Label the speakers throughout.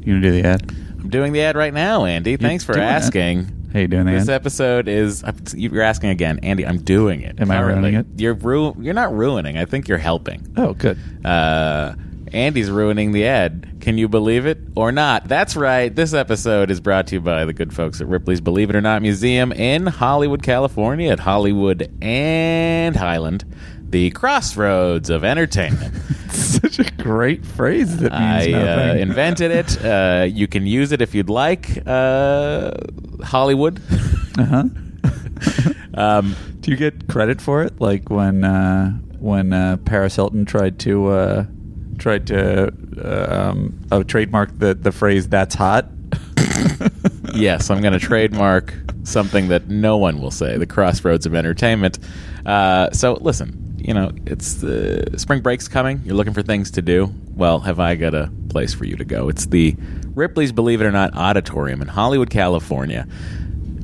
Speaker 1: You gonna do the ad?
Speaker 2: I'm doing the ad right now, Andy. Thanks for
Speaker 1: doing it.
Speaker 2: asking.
Speaker 1: How you doing the
Speaker 2: This
Speaker 1: ad?
Speaker 2: episode is I'm- you're asking again, Andy. I'm doing it.
Speaker 1: Am I
Speaker 2: Currently.
Speaker 1: ruining it?
Speaker 2: You're ru- You're not ruining. I think you're helping.
Speaker 1: Oh, good.
Speaker 2: Uh, Andy's ruining the ad. Can you believe it or not? That's right. This episode is brought to you by the good folks at Ripley's Believe It or Not Museum in Hollywood, California, at Hollywood and Highland, the crossroads of entertainment.
Speaker 1: Such a great phrase that means
Speaker 2: I uh,
Speaker 1: nothing.
Speaker 2: invented it. Uh, you can use it if you'd like. Uh, Hollywood.
Speaker 1: Uh huh.
Speaker 2: Um,
Speaker 1: Do you get credit for it? Like when uh, when uh, Paris Hilton tried to uh, tried to uh, um, oh, trademark the the phrase "That's hot."
Speaker 2: yes, I'm going to trademark something that no one will say the crossroads of entertainment. Uh, so, listen, you know, it's the spring break's coming. You're looking for things to do. Well, have I got a place for you to go? It's the Ripley's Believe It or Not Auditorium in Hollywood, California.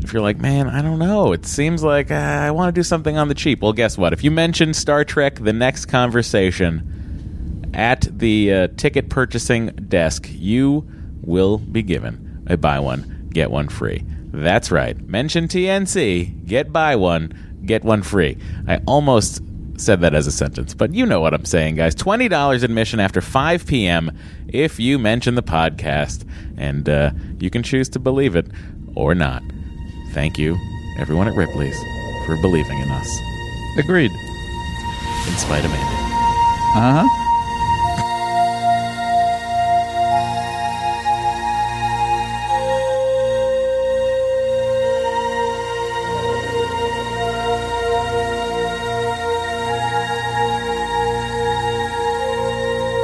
Speaker 2: If you're like, man, I don't know, it seems like uh, I want to do something on the cheap. Well, guess what? If you mention Star Trek, the next conversation at the uh, ticket purchasing desk, you will be given a buy one, get one free. That's right. Mention TNC, get buy one, get one free. I almost said that as a sentence, but you know what I'm saying, guys. $20 admission after 5 p.m. if you mention the podcast, and uh, you can choose to believe it or not. Thank you, everyone at Ripley's, for believing in us,
Speaker 1: Agreed.
Speaker 2: in spite of Andy.
Speaker 1: Uh huh.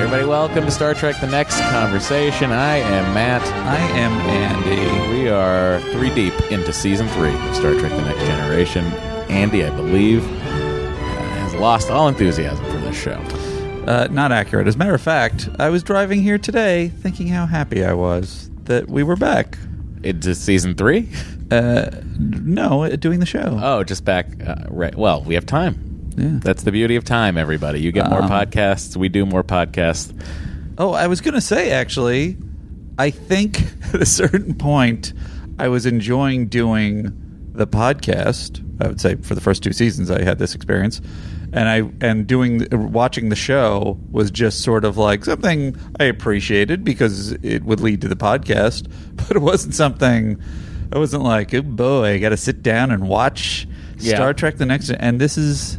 Speaker 2: Everybody, welcome to Star Trek The Next Conversation. I am Matt.
Speaker 1: I am Andy.
Speaker 2: We are three deep into season three of Star Trek The Next Generation. Andy, I believe, uh, has lost all enthusiasm for this show.
Speaker 1: Uh, not accurate. As a matter of fact, I was driving here today, thinking how happy I was that we were back.
Speaker 2: Into season three?
Speaker 1: Uh, no, doing the show.
Speaker 2: Oh, just back. Uh, right. Well, we have time.
Speaker 1: Yeah.
Speaker 2: That's the beauty of time, everybody. You get more
Speaker 1: Um,
Speaker 2: podcasts. We do more podcasts.
Speaker 1: Oh, I was going to say actually, I think at a certain point I was enjoying doing the podcast. I would say for the first two seasons I had this experience. And I and doing watching the show was just sort of like something I appreciated because it would lead to the podcast, but it wasn't something I wasn't like, "Oh boy, I got to sit down and watch
Speaker 2: Yeah.
Speaker 1: Star Trek the next." And this is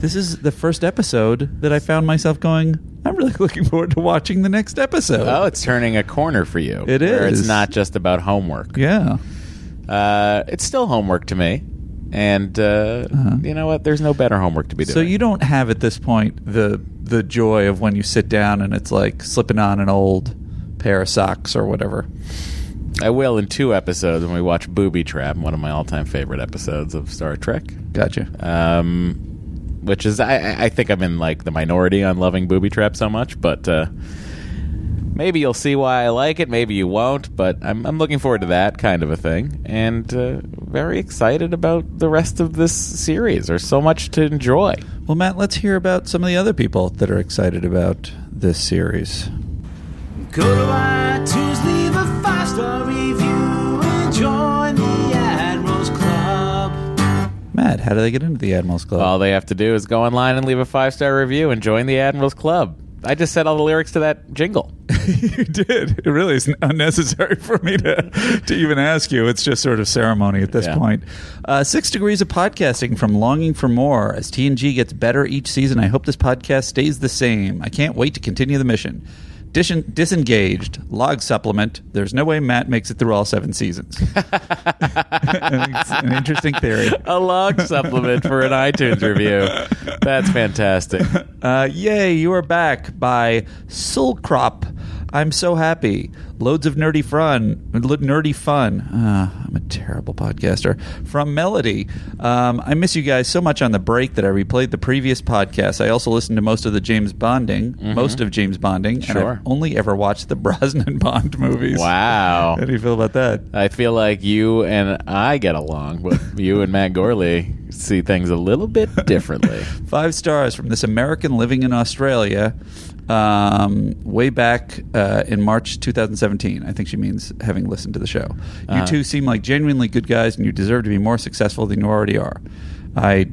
Speaker 1: this is the first episode that I found myself going, I'm really looking forward to watching the next episode.
Speaker 2: Oh, it's turning a corner for you.
Speaker 1: It
Speaker 2: where It's
Speaker 1: is.
Speaker 2: not just about homework.
Speaker 1: yeah.
Speaker 2: Uh, it's still homework to me. And uh,
Speaker 1: Uh-huh.
Speaker 2: you know what? There's no better homework to be doing.
Speaker 1: So you don't have at this point the the joy of when you sit down and it's like slipping on an old pair of socks or whatever.
Speaker 2: I will in two episodes when we watch Booby Trap, one of my all-time favorite episodes of Star Trek.
Speaker 1: Gotcha.
Speaker 2: um, which is I- I, I think I'm in like the minority on loving Booby Trap so much, but uh, maybe you'll see why I like it. Maybe you won't, but I'm, I'm looking forward to that kind of a thing, and uh, very excited about the rest of this series. There's so much to enjoy.
Speaker 1: Well, Matt, let's hear about some of the other people that are excited about this series.
Speaker 3: Go to iTunes, leave a five star review, and join the Admirals Club.
Speaker 1: Matt, how do they get into the Admirals Club?
Speaker 2: All they have to do is go online and leave a five star review and join the Admirals Club. I just said all the lyrics to that jingle.
Speaker 1: you did. It really is unnecessary for me to, to even ask you. It's just sort of ceremony at this
Speaker 2: Yeah.
Speaker 1: point. Uh, six degrees of podcasting from longing for more. As TNG gets better each season, I hope this podcast stays the same. I can't wait to continue the mission. Dis- disengaged log supplement. There's no way Matt makes it through all seven seasons. I think it's an interesting theory.
Speaker 2: A log supplement for an iTunes review. That's fantastic.
Speaker 1: Uh, yay, you are back by Silkrop. I'm so happy. Loads of nerdy fun. lo- Nerdy fun. Uh, I'm a terrible podcaster. From Melody. Um, I miss you guys so much on the break that I replayed the previous podcast. I also listened to most of the James Bonding, most of James Bonding, and I've
Speaker 2: Mm-hmm. Sure.
Speaker 1: only ever watched the Brosnan Bond movies.
Speaker 2: Wow.
Speaker 1: How do you feel about that?
Speaker 2: I feel like you and I get along, but you and Matt Gorley see things a little bit differently.
Speaker 1: Five stars from this American living in Australia um, way back uh, in March 2017. I think she means having listened to the show. You
Speaker 2: Uh-huh.
Speaker 1: two seem like genuinely good guys and you deserve to be more successful than you already are. I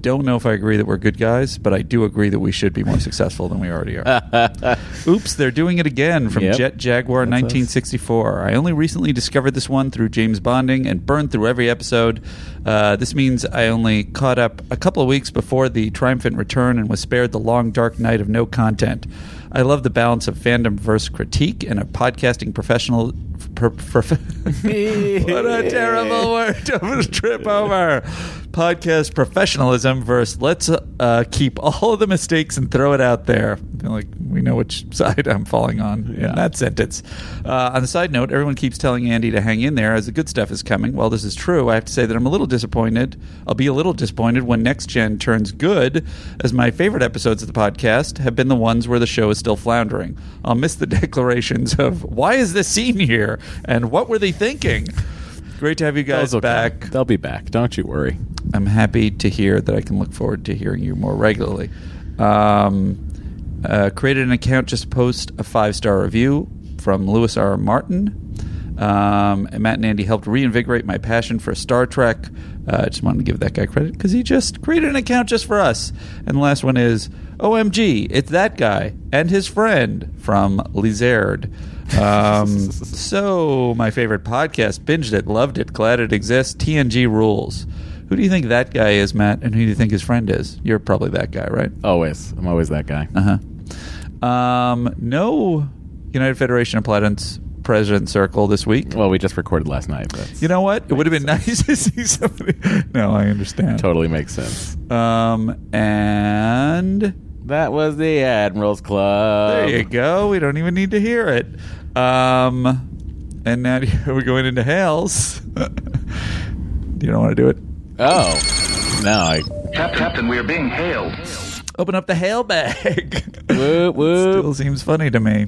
Speaker 1: don't know if I agree that we're good guys, but I do agree that we should be more successful than we already
Speaker 2: Uh,
Speaker 1: are. Oops, they're doing it again from
Speaker 2: Yep.
Speaker 1: Jet Jaguar
Speaker 2: That's us.
Speaker 1: 1964. I only recently discovered this one through James Bonding and burned through every episode. Uh, this means I only caught up a couple of weeks before the triumphant return and was spared the long dark night of no content. I love the balance of fandom versus critique and a podcasting professional. Per, prof- what a terrible word to trip over. Podcast professionalism versus let's uh, keep all of the mistakes and throw it out there. I feel like we know which side I'm falling on
Speaker 2: Yeah.
Speaker 1: in that sentence. Uh, on the side note, everyone keeps telling Andy to hang in there as the good stuff is coming. While this is true, I have to say that I'm a little disappointed. I'll be a little disappointed when Next Gen turns good, as my favorite episodes of the podcast have been the ones where the show is still floundering. I'll miss the declarations of why is this scene here and what were they thinking. Great to have you guys
Speaker 2: Those will come.
Speaker 1: back.
Speaker 2: They'll be back. Don't you worry.
Speaker 1: I'm happy to hear that I can look forward to hearing you more regularly. Um, uh, created an account just to post a five star review from Lewis R. Martin. Um, and Matt and Andy helped reinvigorate my passion for Star Trek. Uh, I just wanted to give that guy credit because he just created an account just for us. And the last one is OMG, it's that guy and his friend from Lizard. Um, so, my favorite podcast, binged it, loved it, glad it exists. TNG rules. Who do you think that guy is, Matt? And who do you think his friend is? You're probably that guy, right?
Speaker 2: Always. I'm always that guy.
Speaker 1: Uh
Speaker 2: Uh-huh.
Speaker 1: huh. Um, no United Federation of Planets President Circle this week.
Speaker 2: Well, we just recorded last night. That's,
Speaker 1: you know what? It would have been nice to see somebody. No, I understand.
Speaker 2: totally makes sense.
Speaker 1: Um, and
Speaker 2: That was the Admirals Club.
Speaker 1: there you go. We don't even need to hear it. Um, and now we're going into Hales. you don't want to do it?
Speaker 2: Oh. No, I.
Speaker 4: Cap- Captain, we are being hailed.
Speaker 1: Open up the hail bag.
Speaker 2: Whoop, whoop.
Speaker 1: Still seems funny to me,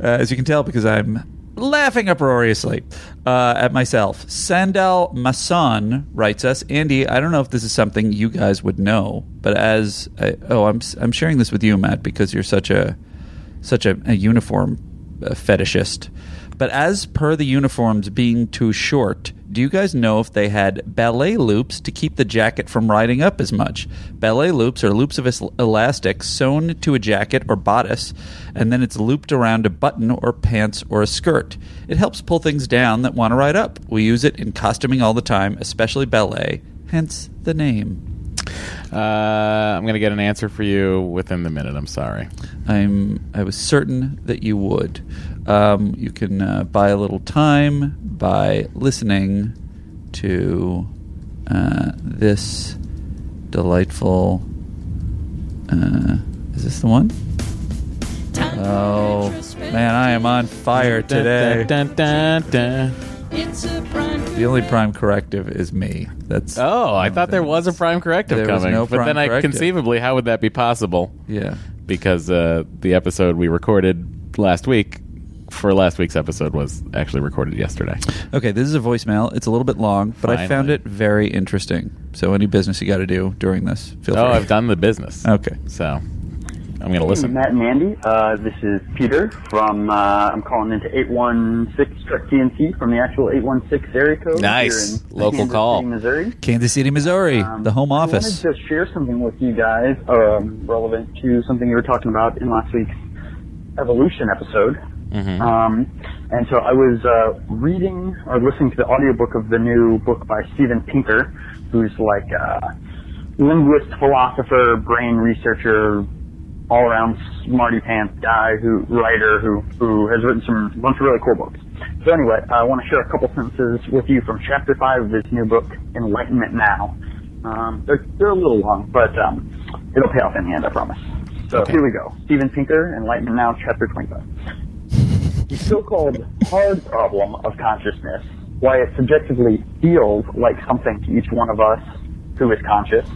Speaker 1: uh, as you can tell, because I'm laughing uproariously uh, at myself. Sandal Masson writes us, Andy. I don't know if this is something you guys would know, but as I, oh, I'm s- I'm sharing this with you, Matt, because you're such a such a, a uniform uh, fetishist. But as per the uniforms being too short, do you guys know if they had ballet loops to keep the jacket from riding up as much? Ballet loops are loops of es- elastic sewn to a jacket or bodice, and then it's looped around a button or pants or a skirt. It helps pull things down that want to ride up. We use it in costuming all the time, especially ballet, hence the name.
Speaker 2: Uh, I'm going to get an answer for you within the minute. I'm sorry.
Speaker 1: I'm I was certain that you would. Um, you can uh, buy a little time by listening to uh, this delightful. Uh, is this the one? Oh man, I am on fire today.
Speaker 2: Dun, dun, dun, dun.
Speaker 1: The only prime corrective is me. That's
Speaker 2: Oh, I thought there was a prime corrective
Speaker 1: There was
Speaker 2: coming.
Speaker 1: no
Speaker 2: but
Speaker 1: prime
Speaker 2: then I
Speaker 1: corrective.
Speaker 2: conceivably, how would that be possible?
Speaker 1: yeah.
Speaker 2: Because uh, the episode we recorded last week for last week's episode was actually recorded yesterday.
Speaker 1: Okay, this is a voicemail. It's a little bit long, but I found
Speaker 2: Finally.
Speaker 1: it very interesting. So any business you got to do during this, feel
Speaker 2: Oh,
Speaker 1: free.
Speaker 2: I've done the business.
Speaker 1: Okay.
Speaker 2: So I'm going to
Speaker 5: Hey,
Speaker 2: listen.
Speaker 5: Matt and Andy. Uh, this is Peter from, uh, I'm calling into 816 Truck TNT from the actual 816 area code.
Speaker 2: Nice.
Speaker 5: here in
Speaker 2: Local
Speaker 5: Kansas
Speaker 2: call.
Speaker 5: City, Missouri.
Speaker 1: Kansas City, Missouri,
Speaker 5: Um,
Speaker 1: the home office.
Speaker 5: I wanted to share something with you guys um, relevant to something you were talking about in last week's Evolution episode.
Speaker 6: Uh,
Speaker 5: Um, and so I was uh, reading or listening to the audiobook of the new book by Steven Pinker, who's like a linguist, philosopher, brain researcher, all around smarty pants guy who writer who who has written some bunch of really cool books. So anyway, I want to share a couple sentences with you from chapter five of this new book, Enlightenment Now. Um, they're they're a little long, but um, it'll pay off in the end, I promise. So here we go. Steven Pinker, Enlightenment Now, chapter twenty-five. the so-called hard problem of consciousness, why it subjectively feels like something to each one of us who is conscious,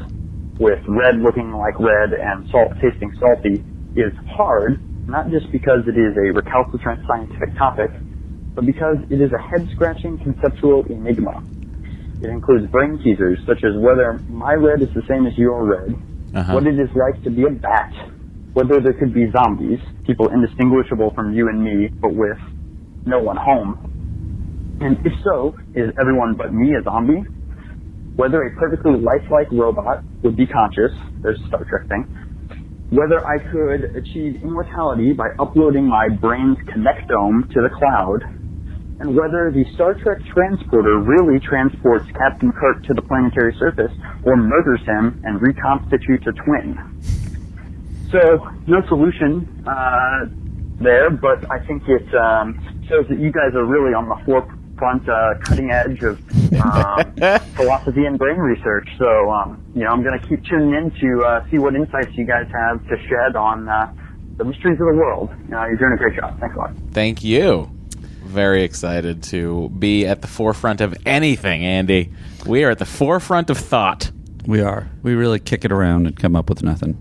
Speaker 5: with red looking like red and salt tasting salty, is hard, not just because it is a recalcitrant scientific topic, but because it is a head-scratching conceptual enigma. It includes brain teasers such as whether my red is the same as your red,
Speaker 2: Uh-huh.
Speaker 5: what it is like to be a bat, whether there could be zombies, people indistinguishable from you and me, but with no one home, and if so, is everyone but me a zombie? Whether a perfectly lifelike robot would be conscious, there's a Star Trek thing, whether I could achieve immortality by uploading my brain's connectome to the cloud, and whether the Star Trek transporter really transports Captain Kirk to the planetary surface or murders him and reconstitutes a twin. So, no solution uh, there, but I think it um, shows that you guys are really on the forefront, uh, cutting edge of um, philosophy and brain research. So, um, you know, I'm going to keep tuning in to uh, see what insights you guys have to shed on uh, the mysteries of the world. Uh, you're doing a great job. Thanks a lot.
Speaker 2: Thank you. Very excited to be at the forefront of anything, Andy. We are at the forefront of thought.
Speaker 1: We are. We really kick it around and come up with nothing.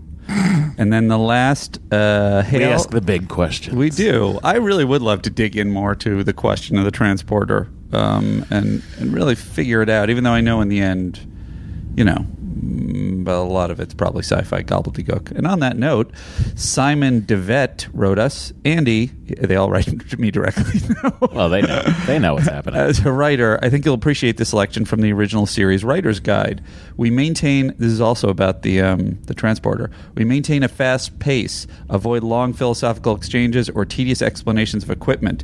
Speaker 1: and then the last uh, hail.
Speaker 2: We ask the big question.
Speaker 1: We do. I really would love to dig in more to the question of the transporter um, and and really figure it out. Even though I know in the end, you know, mm, but a lot of it's probably sci-fi gobbledygook. And on that note, Simon Devet wrote us. Andy, they all write to me directly. now.
Speaker 2: Well, they know. They know what's happening.
Speaker 1: As a writer, I think you'll appreciate this selection from the original series writer's guide. We maintain this is also about the um, the transporter. We maintain a fast pace, avoid long philosophical exchanges or tedious explanations of equipment,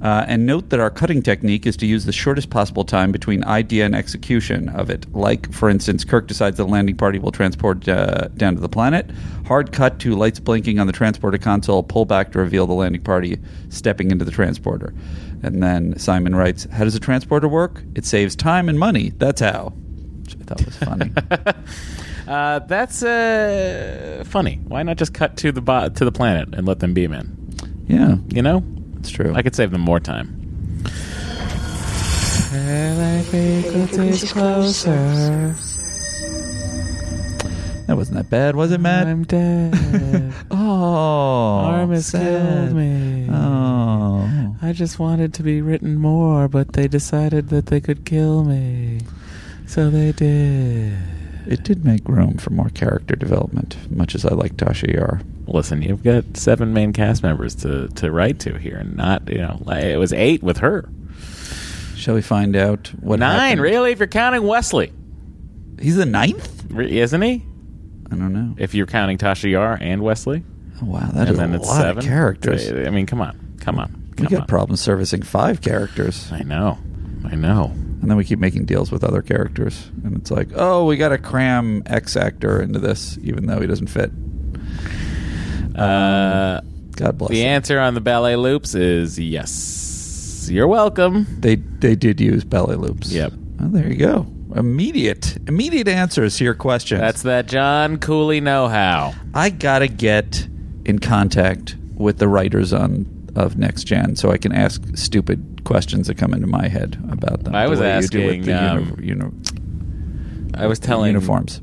Speaker 1: uh, and note that our cutting technique is to use the shortest possible time between idea and execution of it. Like, for instance, Kirk decides the landing party will transport uh, down to the planet. Hard cut to lights blinking on the transporter console. Pull back to reveal the landing party stepping into the transporter. And then Simon writes, How does a transporter work? It saves time and money. That's how. Which I thought was funny.
Speaker 2: Uh, that's uh, funny. Why not just cut to the bo- to the planet and let them be men?
Speaker 1: yeah,
Speaker 2: You know,
Speaker 1: it's true.
Speaker 2: I could save them more time.
Speaker 1: that wasn't that bad, was it, Matt?
Speaker 2: dead.
Speaker 1: oh. sad. Oh.
Speaker 2: I just wanted to be written more, but they decided that they could kill me. So they did.
Speaker 1: It did make room for more character development, much as I like Tasha Yar.
Speaker 2: Listen, you've got seven main cast members to, to write to here, and not, you know, like, it was eight with her.
Speaker 1: Shall we find out what
Speaker 2: Nine,
Speaker 1: happened?
Speaker 2: really, if you're counting Wesley,
Speaker 1: He's the ninth?
Speaker 2: Re- isn't he?
Speaker 1: I don't know.
Speaker 2: If you're counting Tasha Yar and Wesley,
Speaker 1: Oh, wow,
Speaker 2: and
Speaker 1: that is a
Speaker 2: then
Speaker 1: lot
Speaker 2: it's seven
Speaker 1: of characters.
Speaker 2: I I mean, come on, come on,
Speaker 1: we
Speaker 2: come
Speaker 1: got
Speaker 2: on.
Speaker 1: problems servicing five characters,
Speaker 2: I know, I know.
Speaker 1: and then we keep making deals with other characters, and it's like, oh, we got to cram X actor into this, even though he doesn't fit.
Speaker 2: Uh,
Speaker 1: God bless.
Speaker 2: the
Speaker 1: them.
Speaker 2: answer on the ballet loops is yes. You're welcome.
Speaker 1: They they did use belly loops.
Speaker 2: Yep.
Speaker 1: Oh, there you go. Immediate immediate answers to your questions.
Speaker 2: That's that John Cooley know-how.
Speaker 1: I gotta get in contact with the writers on of next gen so I can ask stupid questions that come into my head about them.
Speaker 2: I
Speaker 1: The
Speaker 2: was
Speaker 1: way you do with
Speaker 2: asking,
Speaker 1: the uni-
Speaker 2: um,
Speaker 1: uni-
Speaker 2: I was telling
Speaker 1: uniforms.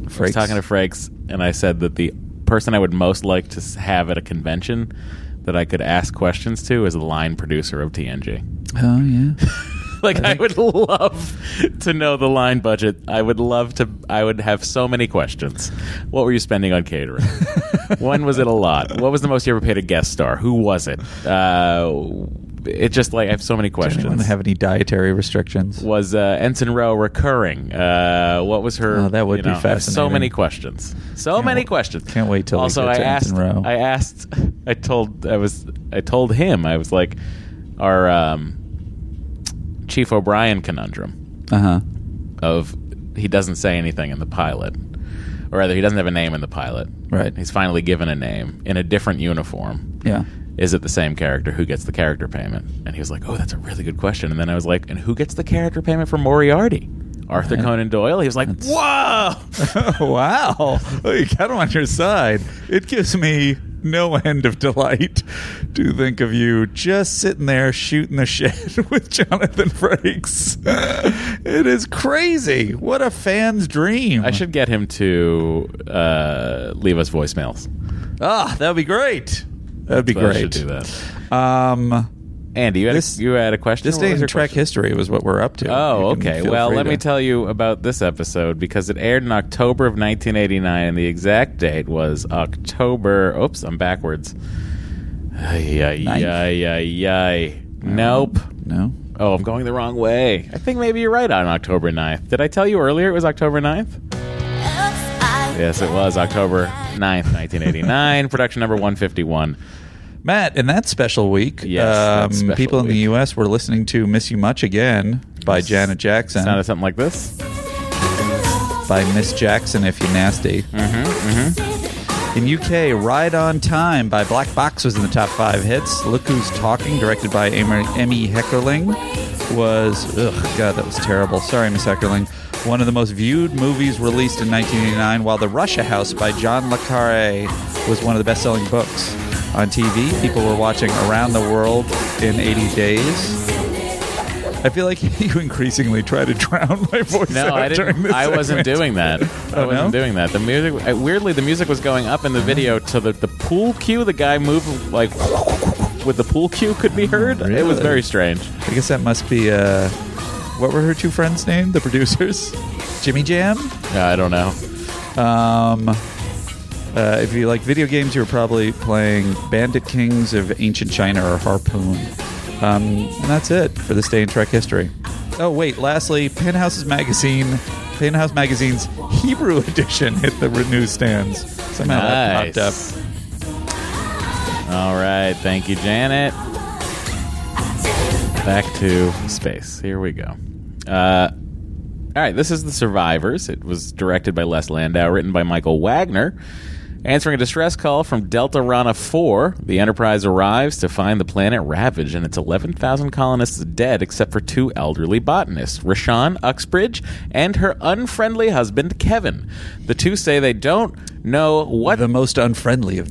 Speaker 2: I was
Speaker 1: Frakes.
Speaker 2: talking to Frakes, and I said that the person I would most like to s- have at a convention that I could ask questions to is the line producer of TNG.
Speaker 1: Oh yeah.
Speaker 2: Like I, would love to know the line budget. I would love to. I would have so many questions. What were you spending on catering? when was it a lot? What was the most you ever paid a guest star? Who was it? Uh, it just like I have so many
Speaker 1: Does anyone
Speaker 2: questions.
Speaker 1: have any dietary restrictions?
Speaker 2: was uh, Ensign Rowe recurring? Uh, what was her?
Speaker 1: Oh, that would
Speaker 2: you
Speaker 1: be
Speaker 2: know, I have So
Speaker 1: fascinating.
Speaker 2: many questions. So
Speaker 1: Can't
Speaker 2: many
Speaker 1: wa-
Speaker 2: questions.
Speaker 1: can't wait till we
Speaker 2: also
Speaker 1: get
Speaker 2: I
Speaker 1: to
Speaker 2: asked.
Speaker 1: Ensign Rowe.
Speaker 2: I asked. I told. I was. I told him. I was like, our um, Chief O'Brien conundrum
Speaker 1: Uh huh.
Speaker 2: of he doesn't say anything in the pilot, or rather, he doesn't have a name in the pilot.
Speaker 1: Right.
Speaker 2: He's finally given a name in a different uniform
Speaker 1: Yeah.
Speaker 2: is it the same character? Who gets the character payment? And he was like, oh, that's a really good question. And then I was like, and who gets the character payment for Moriarty? Arthur
Speaker 1: Right.
Speaker 2: Conan Doyle? He was like, whoa!
Speaker 1: wow. You got him on your side. It gives me no end of delight to think of you just sitting there shooting the shit with Jonathan Frakes. it is crazy. What a fan's dream.
Speaker 2: I should get him to uh, leave us voicemails.
Speaker 1: Ah, that would be great. That would be
Speaker 2: But I should
Speaker 1: great.
Speaker 2: do that.
Speaker 1: Um,
Speaker 2: Andy, you had,
Speaker 1: This-
Speaker 2: a, you had a question.
Speaker 1: this
Speaker 2: What
Speaker 1: day
Speaker 2: was
Speaker 1: in
Speaker 2: your
Speaker 1: track
Speaker 2: question?
Speaker 1: history was what we're up to.
Speaker 2: Oh,
Speaker 1: You can
Speaker 2: okay.
Speaker 1: feel
Speaker 2: Well,
Speaker 1: free
Speaker 2: let
Speaker 1: to-
Speaker 2: me tell you about this episode because it aired in October of 1989, and the exact date was October. Oops, I'm backwards. Ay, ay,
Speaker 1: Ninth?
Speaker 2: ay, ay, ay. Nope.
Speaker 1: No.
Speaker 2: Oh, I'm going the wrong way. I think maybe you're right on October 9th. Did I tell you earlier it was October 9th? Yes, it was October 9th, 1989. Production number 151.
Speaker 1: Matt, in that special week, Um,
Speaker 2: Yes, that special
Speaker 1: people in the
Speaker 2: week.
Speaker 1: U.S. were listening to Miss You Much Again by Janet Jackson.
Speaker 2: Sounded something like this.
Speaker 1: by Miss Jackson if you nasty. In UK, Ride on Time by Black Box was in the top five hits. Look Who's Talking, directed by Emma- Emmy Heckerling, was ugh god that was terrible. Sorry, Miss Heckerling. One of the most viewed movies released in 1989, while The Russia House by John Le Carre was one of the best-selling books on TV. People were watching Around the World in 80 Days. I feel like you increasingly try to drown my voice
Speaker 2: No,
Speaker 1: out
Speaker 2: I
Speaker 1: during
Speaker 2: didn't.
Speaker 1: this
Speaker 2: I wasn't
Speaker 1: segment.
Speaker 2: doing that. I
Speaker 1: Oh,
Speaker 2: wasn't
Speaker 1: no?
Speaker 2: doing that. The music, uh, weirdly, the music was going up in the video to the, the pool cue. The guy moved like with the pool cue could be heard. It was
Speaker 1: really?
Speaker 2: very strange.
Speaker 1: I guess that must be uh, what were her two friends' name? The producers, Jimmy Jam.
Speaker 2: Yeah, I don't know.
Speaker 1: Um, uh, if you like video games, you were probably playing Bandit Kings of Ancient China or Harpoon. Um, and that's it for this day in Trek history. Oh wait, lastly, Penthouse's magazine, Penthouse magazine's Hebrew edition hit the newsstands. Somehow that popped up.
Speaker 2: Nice. All right, thank you, Janet. Back to space. Here we go. Uh, all right, this is The Survivors. It was directed by Les Landau, written by Michael Wagner. Answering a distress call from Delta Rana 4, the Enterprise arrives to find the planet ravaged and its 11,000 colonists dead except for two elderly botanists, Rashawn Uxbridge and her unfriendly husband, Kevin. The two say they don't know what
Speaker 1: The most unfriendly of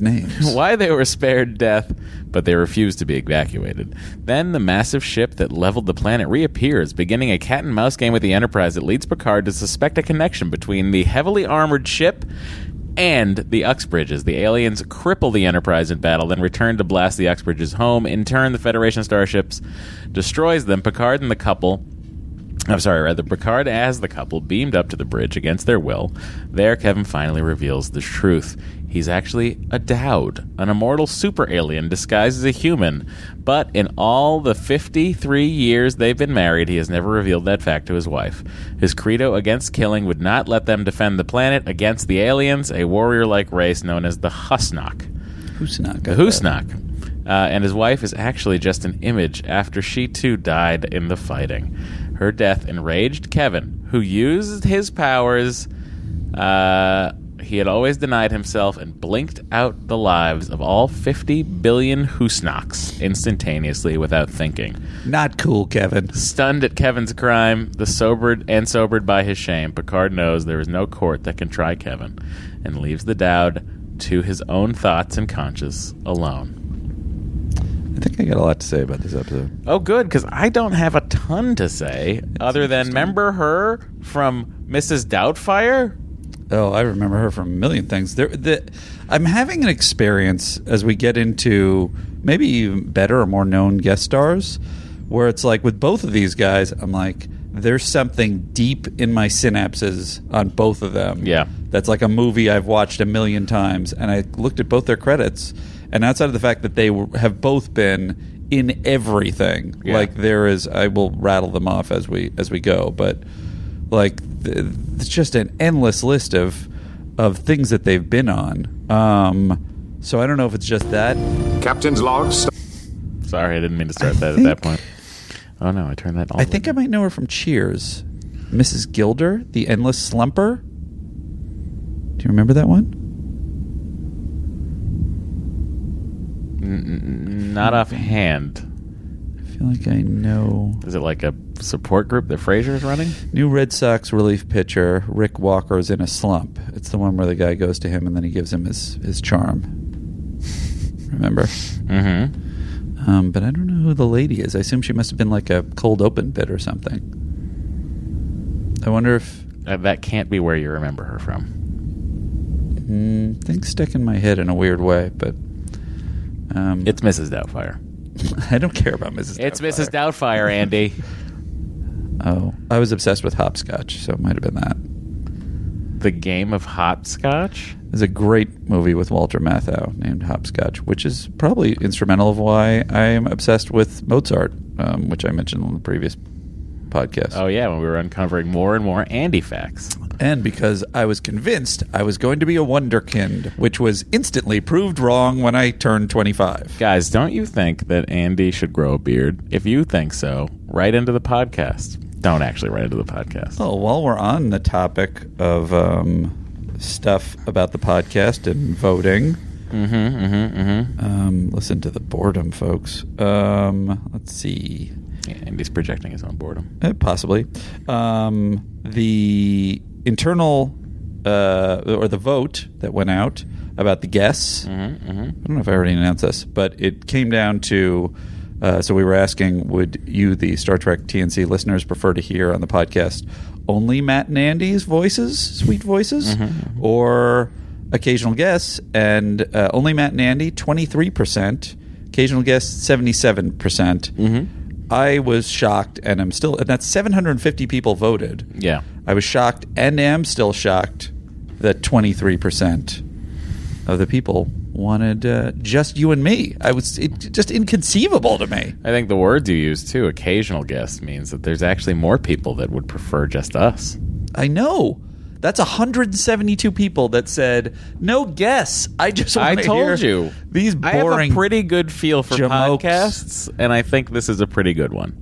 Speaker 1: names.
Speaker 2: why they were spared death, but they refused to be evacuated. Then the massive ship that leveled the planet reappears, beginning a cat and mouse game with the Enterprise that leads Picard to suspect a connection between the heavily armored ship and the Uxbridges. The aliens cripple the Enterprise in battle, then return to blast the Uxbridges home. In turn, the Federation starships destroys them. Picard and the couple I'm sorry, rather, Picard as the couple beamed up to the bridge against their will. There, Kevin finally reveals the truth. He's actually a Dowd, an immortal super alien disguised as a human. But in all the 53 years they've been married, he has never revealed that fact to his wife. His credo against killing would not let them defend the planet against the aliens, a warrior like race known as the Husnak.
Speaker 1: Who's not?
Speaker 2: The Husnak. Uh, and his wife is actually just an image after she too died in the fighting. Her death enraged Kevin, who used his powers. Uh, he had always denied himself and blinked out the lives of all 50 billion Husnaks instantaneously without thinking.
Speaker 1: Not cool, Kevin.
Speaker 2: Stunned at Kevin's crime, the sobered and sobered by his shame, Picard knows there is no court that can try Kevin, and leaves the Dowd to his own thoughts and conscience alone.
Speaker 1: I think I got a lot to say about this episode.
Speaker 2: Oh, good, because I don't have a ton to say other than remember her from Mrs. Doubtfire.
Speaker 1: Oh, I remember her from a million things. There, the, I'm having an experience as we get into maybe even better or more known guest stars, where it's like with both of these guys, I'm like, there's something deep in my synapses on both of them.
Speaker 2: Yeah.
Speaker 1: that's like a movie I've watched a million times, and I looked at both their credits, and outside of the fact that they were, have both been in everything,
Speaker 2: Yeah.
Speaker 1: like there is, I will rattle them off as we as we go, but like th- it's just an endless list of of things that they've been on um so i don't know if it's just that
Speaker 7: Captain's log.
Speaker 2: Sorry, I didn't mean to start that at
Speaker 1: think-
Speaker 2: that point. Oh no, I turned that off.
Speaker 1: i think i might know her from cheers mrs gilder the endless slumper do you remember that one
Speaker 2: not offhand.
Speaker 1: i feel like i know
Speaker 2: Is it like a support group that Frasier's running?
Speaker 1: new red sox relief pitcher rick walker's in a slump it's the one where the guy goes to him and then he gives him his his charm remember.
Speaker 2: Mm-hmm.
Speaker 1: Um, but I don't know who the lady is. I assume she must have been like a cold open bit or something. I wonder if
Speaker 2: Uh, that can't be where you remember her from.
Speaker 1: mm, things stick in my head in a weird way, but um,
Speaker 2: It's Mrs. Doubtfire.
Speaker 1: I don't care about Mrs.
Speaker 2: It's
Speaker 1: Doubtfire.
Speaker 2: Mrs. Doubtfire, Andy.
Speaker 1: Oh, I was obsessed with hopscotch, so it might have been that.
Speaker 2: the game of hopscotch.
Speaker 1: There's a great movie with Walter Matthau named Hopscotch, which is probably instrumental of why I am obsessed with Mozart, um, which I mentioned on the previous podcast.
Speaker 2: Oh yeah, when we were uncovering more and more Andy facts.
Speaker 1: And because I was convinced I was going to be a wonderkind, which was instantly proved wrong when I turned 25.
Speaker 2: Guys, don't you think that Andy should grow a beard? If you think so, write into the podcast. Don't actually write into the podcast.
Speaker 1: Oh, while we're on the topic of um, stuff about the podcast and voting,
Speaker 2: Mm-hmm, mm-hmm, mm-hmm.
Speaker 1: um, listen to the boredom, folks. Um, let's see.
Speaker 2: Yeah, Andy's projecting his own boredom.
Speaker 1: Eh, possibly. Um, the internal uh, or the vote that went out about the guests.
Speaker 2: Mm-hmm,
Speaker 1: I
Speaker 2: mm-hmm.
Speaker 1: don't know if I already announced this, but it came down to. Uh, so we were asking, would you, the Star Trek TNC listeners, prefer to hear on the podcast only Matt and Andy's voices, sweet voices, or occasional guests? And uh, only Matt and Andy, twenty three percent. Occasional guests, seventy seven percent. I was shocked, and I'm still, and that's seven hundred and fifty people voted.
Speaker 2: Yeah.
Speaker 1: I was shocked and am still shocked that 23% of the people wanted uh, just you and me. I was it, just inconceivable to me.
Speaker 2: I think the words you use too, occasional guest, means that there's actually more people that would prefer just us.
Speaker 1: I know. That's 172 people that said, "No guess. I just
Speaker 2: I
Speaker 1: want to
Speaker 2: told
Speaker 1: hear
Speaker 2: you
Speaker 1: these
Speaker 2: I have
Speaker 1: boring
Speaker 2: a pretty good feel for
Speaker 1: jamokes."
Speaker 2: podcasts, and I think this is a pretty good one.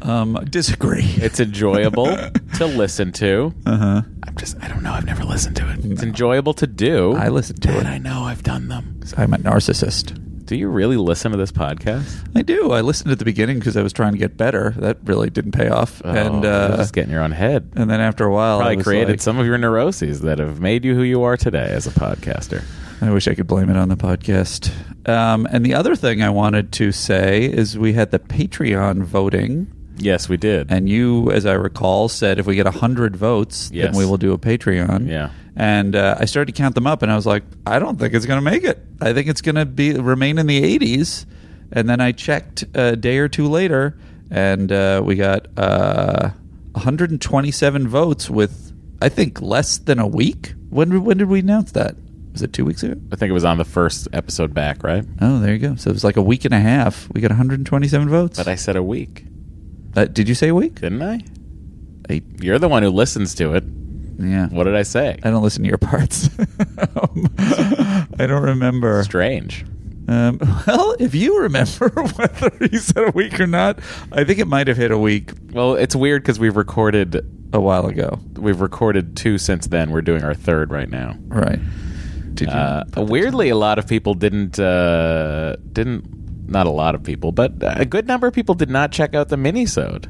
Speaker 1: um disagree."
Speaker 2: It's enjoyable to listen to.
Speaker 1: uh-huh.
Speaker 2: I'm just, I don't know. I've never listened to it. It's enjoyable to do.
Speaker 1: I listen to
Speaker 2: and
Speaker 1: it.
Speaker 2: I know I've done them.
Speaker 1: I'm a narcissist.
Speaker 2: Do you really listen to this podcast?
Speaker 1: I do. I listened at the beginning because I was trying to get better. That really didn't pay off. and
Speaker 2: Oh, you're
Speaker 1: uh,
Speaker 2: just getting your own head.
Speaker 1: and then after a while, I
Speaker 2: Probably
Speaker 1: was
Speaker 2: created
Speaker 1: like,
Speaker 2: some of your neuroses that have made you who you are today as a podcaster.
Speaker 1: I wish I could blame it on the podcast. Um, and the other thing I wanted to say is we had the Patreon voting,
Speaker 2: Yes, we did.
Speaker 1: and you, as I recall, said if we get 100 votes,
Speaker 2: Yes.
Speaker 1: then we will do a Patreon.
Speaker 2: Yeah.
Speaker 1: And uh, I started to count them up, and I was like, I don't think it's going to make it. I think it's going to be remain in the 80s. And then I checked a day or two later, and uh, we got uh, 127 votes with, I think, less than a week. When, when did we announce that? Was it two weeks ago?
Speaker 2: I think it was on the first episode back, right?
Speaker 1: Oh, there you go. So it was like a week and a half. We got 127 votes.
Speaker 2: But I said a week,
Speaker 1: uh, did you say a week?
Speaker 2: didn't I?
Speaker 1: I-
Speaker 2: You're the one who listens to it.
Speaker 1: yeah.
Speaker 2: What did I say?
Speaker 1: I don't listen to your parts. Um, I don't remember.
Speaker 2: Strange.
Speaker 1: Um, well, if you remember whether you said a week or not, I think it might have hit a week
Speaker 2: Well, it's weird because we've recorded
Speaker 1: a while ago.
Speaker 2: we've recorded two since then. We're doing our third right now.
Speaker 1: Right. Did you?
Speaker 2: Uh, weirdly, a lot of people didn't uh, didn't not a lot of people, but a good number of people did not check out the minisode.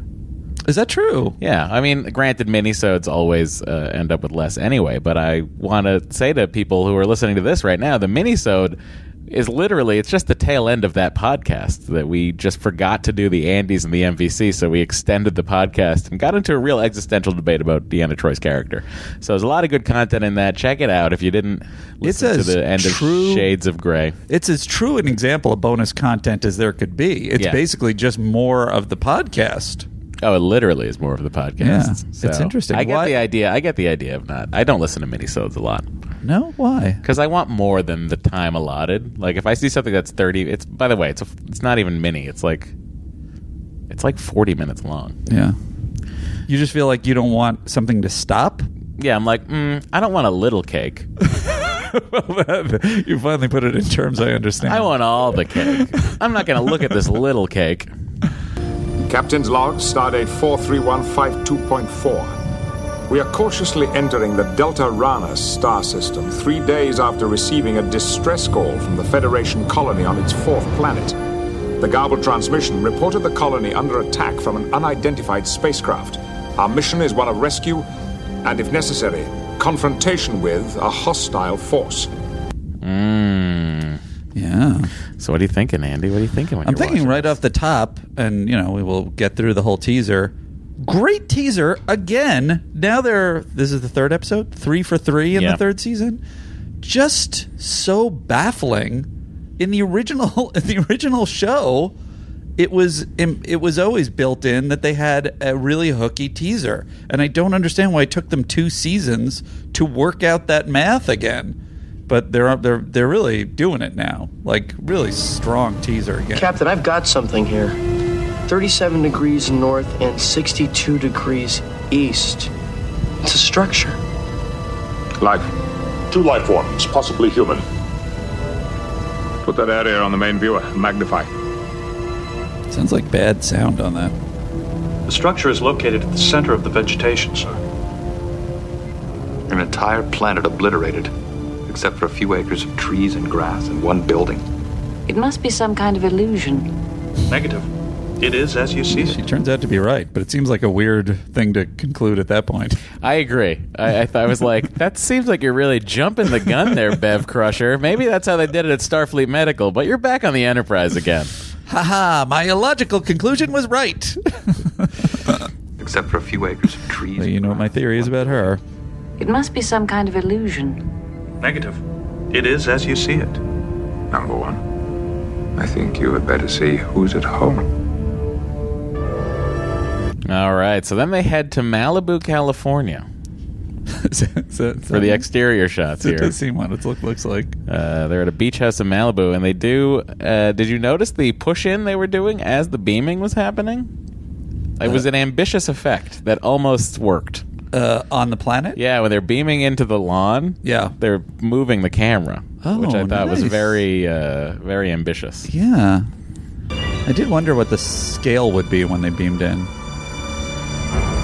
Speaker 1: Is that true?
Speaker 2: Yeah, I mean, granted, minisodes always uh, end up with less anyway. But I want to say to people who are listening to this right now, the minisode is literally it's just the tail end of that podcast that we just forgot to do the Andes and the MVC, so we extended the podcast and got into a real existential debate about Deanna Troy's character. So there's a lot of good content in that. Check it out if you didn't listen to
Speaker 1: as
Speaker 2: the end
Speaker 1: true-
Speaker 2: of Shades of Grey.
Speaker 1: It's as true an example of bonus content as there could be. It's
Speaker 2: Yeah.
Speaker 1: basically just more of the podcast.
Speaker 2: Oh, it literally is more of the podcast.
Speaker 1: Yeah, it's interesting.
Speaker 2: I get
Speaker 1: Why-
Speaker 2: the idea. I get the idea of not. I don't listen to minisodes a lot.
Speaker 1: No? Why?
Speaker 2: because I want more than the time allotted. Like if I see something that's thirty, it's by the way, it's a, it's not even mini. It's like it's like forty minutes long.
Speaker 1: Yeah. You just feel like you don't want something to stop?
Speaker 2: Yeah, I'm like, mm, I don't want a little cake.
Speaker 1: well, that, you finally put it in terms I understand.
Speaker 2: I want all the cake. I'm not gonna look at this little cake.
Speaker 7: Captain's log, stardate 43152.4. We are cautiously entering the Delta Rana star system three days after receiving a distress call from the Federation colony on its fourth planet. The garbled transmission reported the colony under attack from an unidentified spacecraft. Our mission is one of rescue and, if necessary, confrontation with a hostile force.
Speaker 2: Mm.
Speaker 1: Yeah. Yeah.
Speaker 2: So what are you thinking, Andy? What are you thinking? When
Speaker 1: I'm
Speaker 2: you're
Speaker 1: thinking
Speaker 2: watching
Speaker 1: right
Speaker 2: this?
Speaker 1: off the top, and you know, we will get through the whole teaser. Great teaser again. Now they're this is the third episode, three for three in
Speaker 2: Yeah.
Speaker 1: the third season. Just so baffling. In the original, in the original show, it was im- it was always built in that they had a really hooky teaser, and I don't understand why it took them two seasons to work out that math again. But they're they're they're really doing it now, like really strong teaser again.
Speaker 6: Captain, I've got something here. 37 degrees north and 62 degrees east. It's a structure.
Speaker 7: Life. Two life forms, possibly human. Put that area on the main viewer. Magnify.
Speaker 1: Sounds like bad sound on that.
Speaker 8: The structure is located at the center of the vegetation, sir.
Speaker 9: An entire planet obliterated, except for a few acres of trees and grass and one building.
Speaker 10: It must be some kind of illusion.
Speaker 8: Negative. It is as you see
Speaker 1: She
Speaker 8: it.
Speaker 1: turns out to be right, but it seems like a weird thing to conclude at that point.
Speaker 2: I agree. I, I, th- I was like, that seems like you're really jumping the gun there, Bev Crusher. Maybe that's how they did it at Starfleet Medical, but you're back on the Enterprise again.
Speaker 1: Haha, my illogical conclusion was right.
Speaker 9: Except for a few acres of trees.
Speaker 1: you know what my theory is about her.
Speaker 10: It must be some kind of illusion.
Speaker 8: Negative. It is as you see it.
Speaker 9: Number one, I think you had better see who's at home.
Speaker 2: All right. So then they head to Malibu, California for
Speaker 1: For
Speaker 2: the exterior shots
Speaker 1: It
Speaker 2: here.
Speaker 1: does seem what it look, looks like.
Speaker 2: Uh, they're at a beach house in Malibu, and they do. Uh, did you notice the push in they were doing as the beaming was happening? It was an ambitious effect that almost worked.
Speaker 1: Uh, on the planet?
Speaker 2: Yeah, when they're beaming into the lawn,
Speaker 1: Yeah.
Speaker 2: they're moving the camera,
Speaker 1: Oh,
Speaker 2: which I thought was
Speaker 1: nice.
Speaker 2: very, uh, very ambitious.
Speaker 1: Yeah. I did wonder what the scale would be when they beamed in.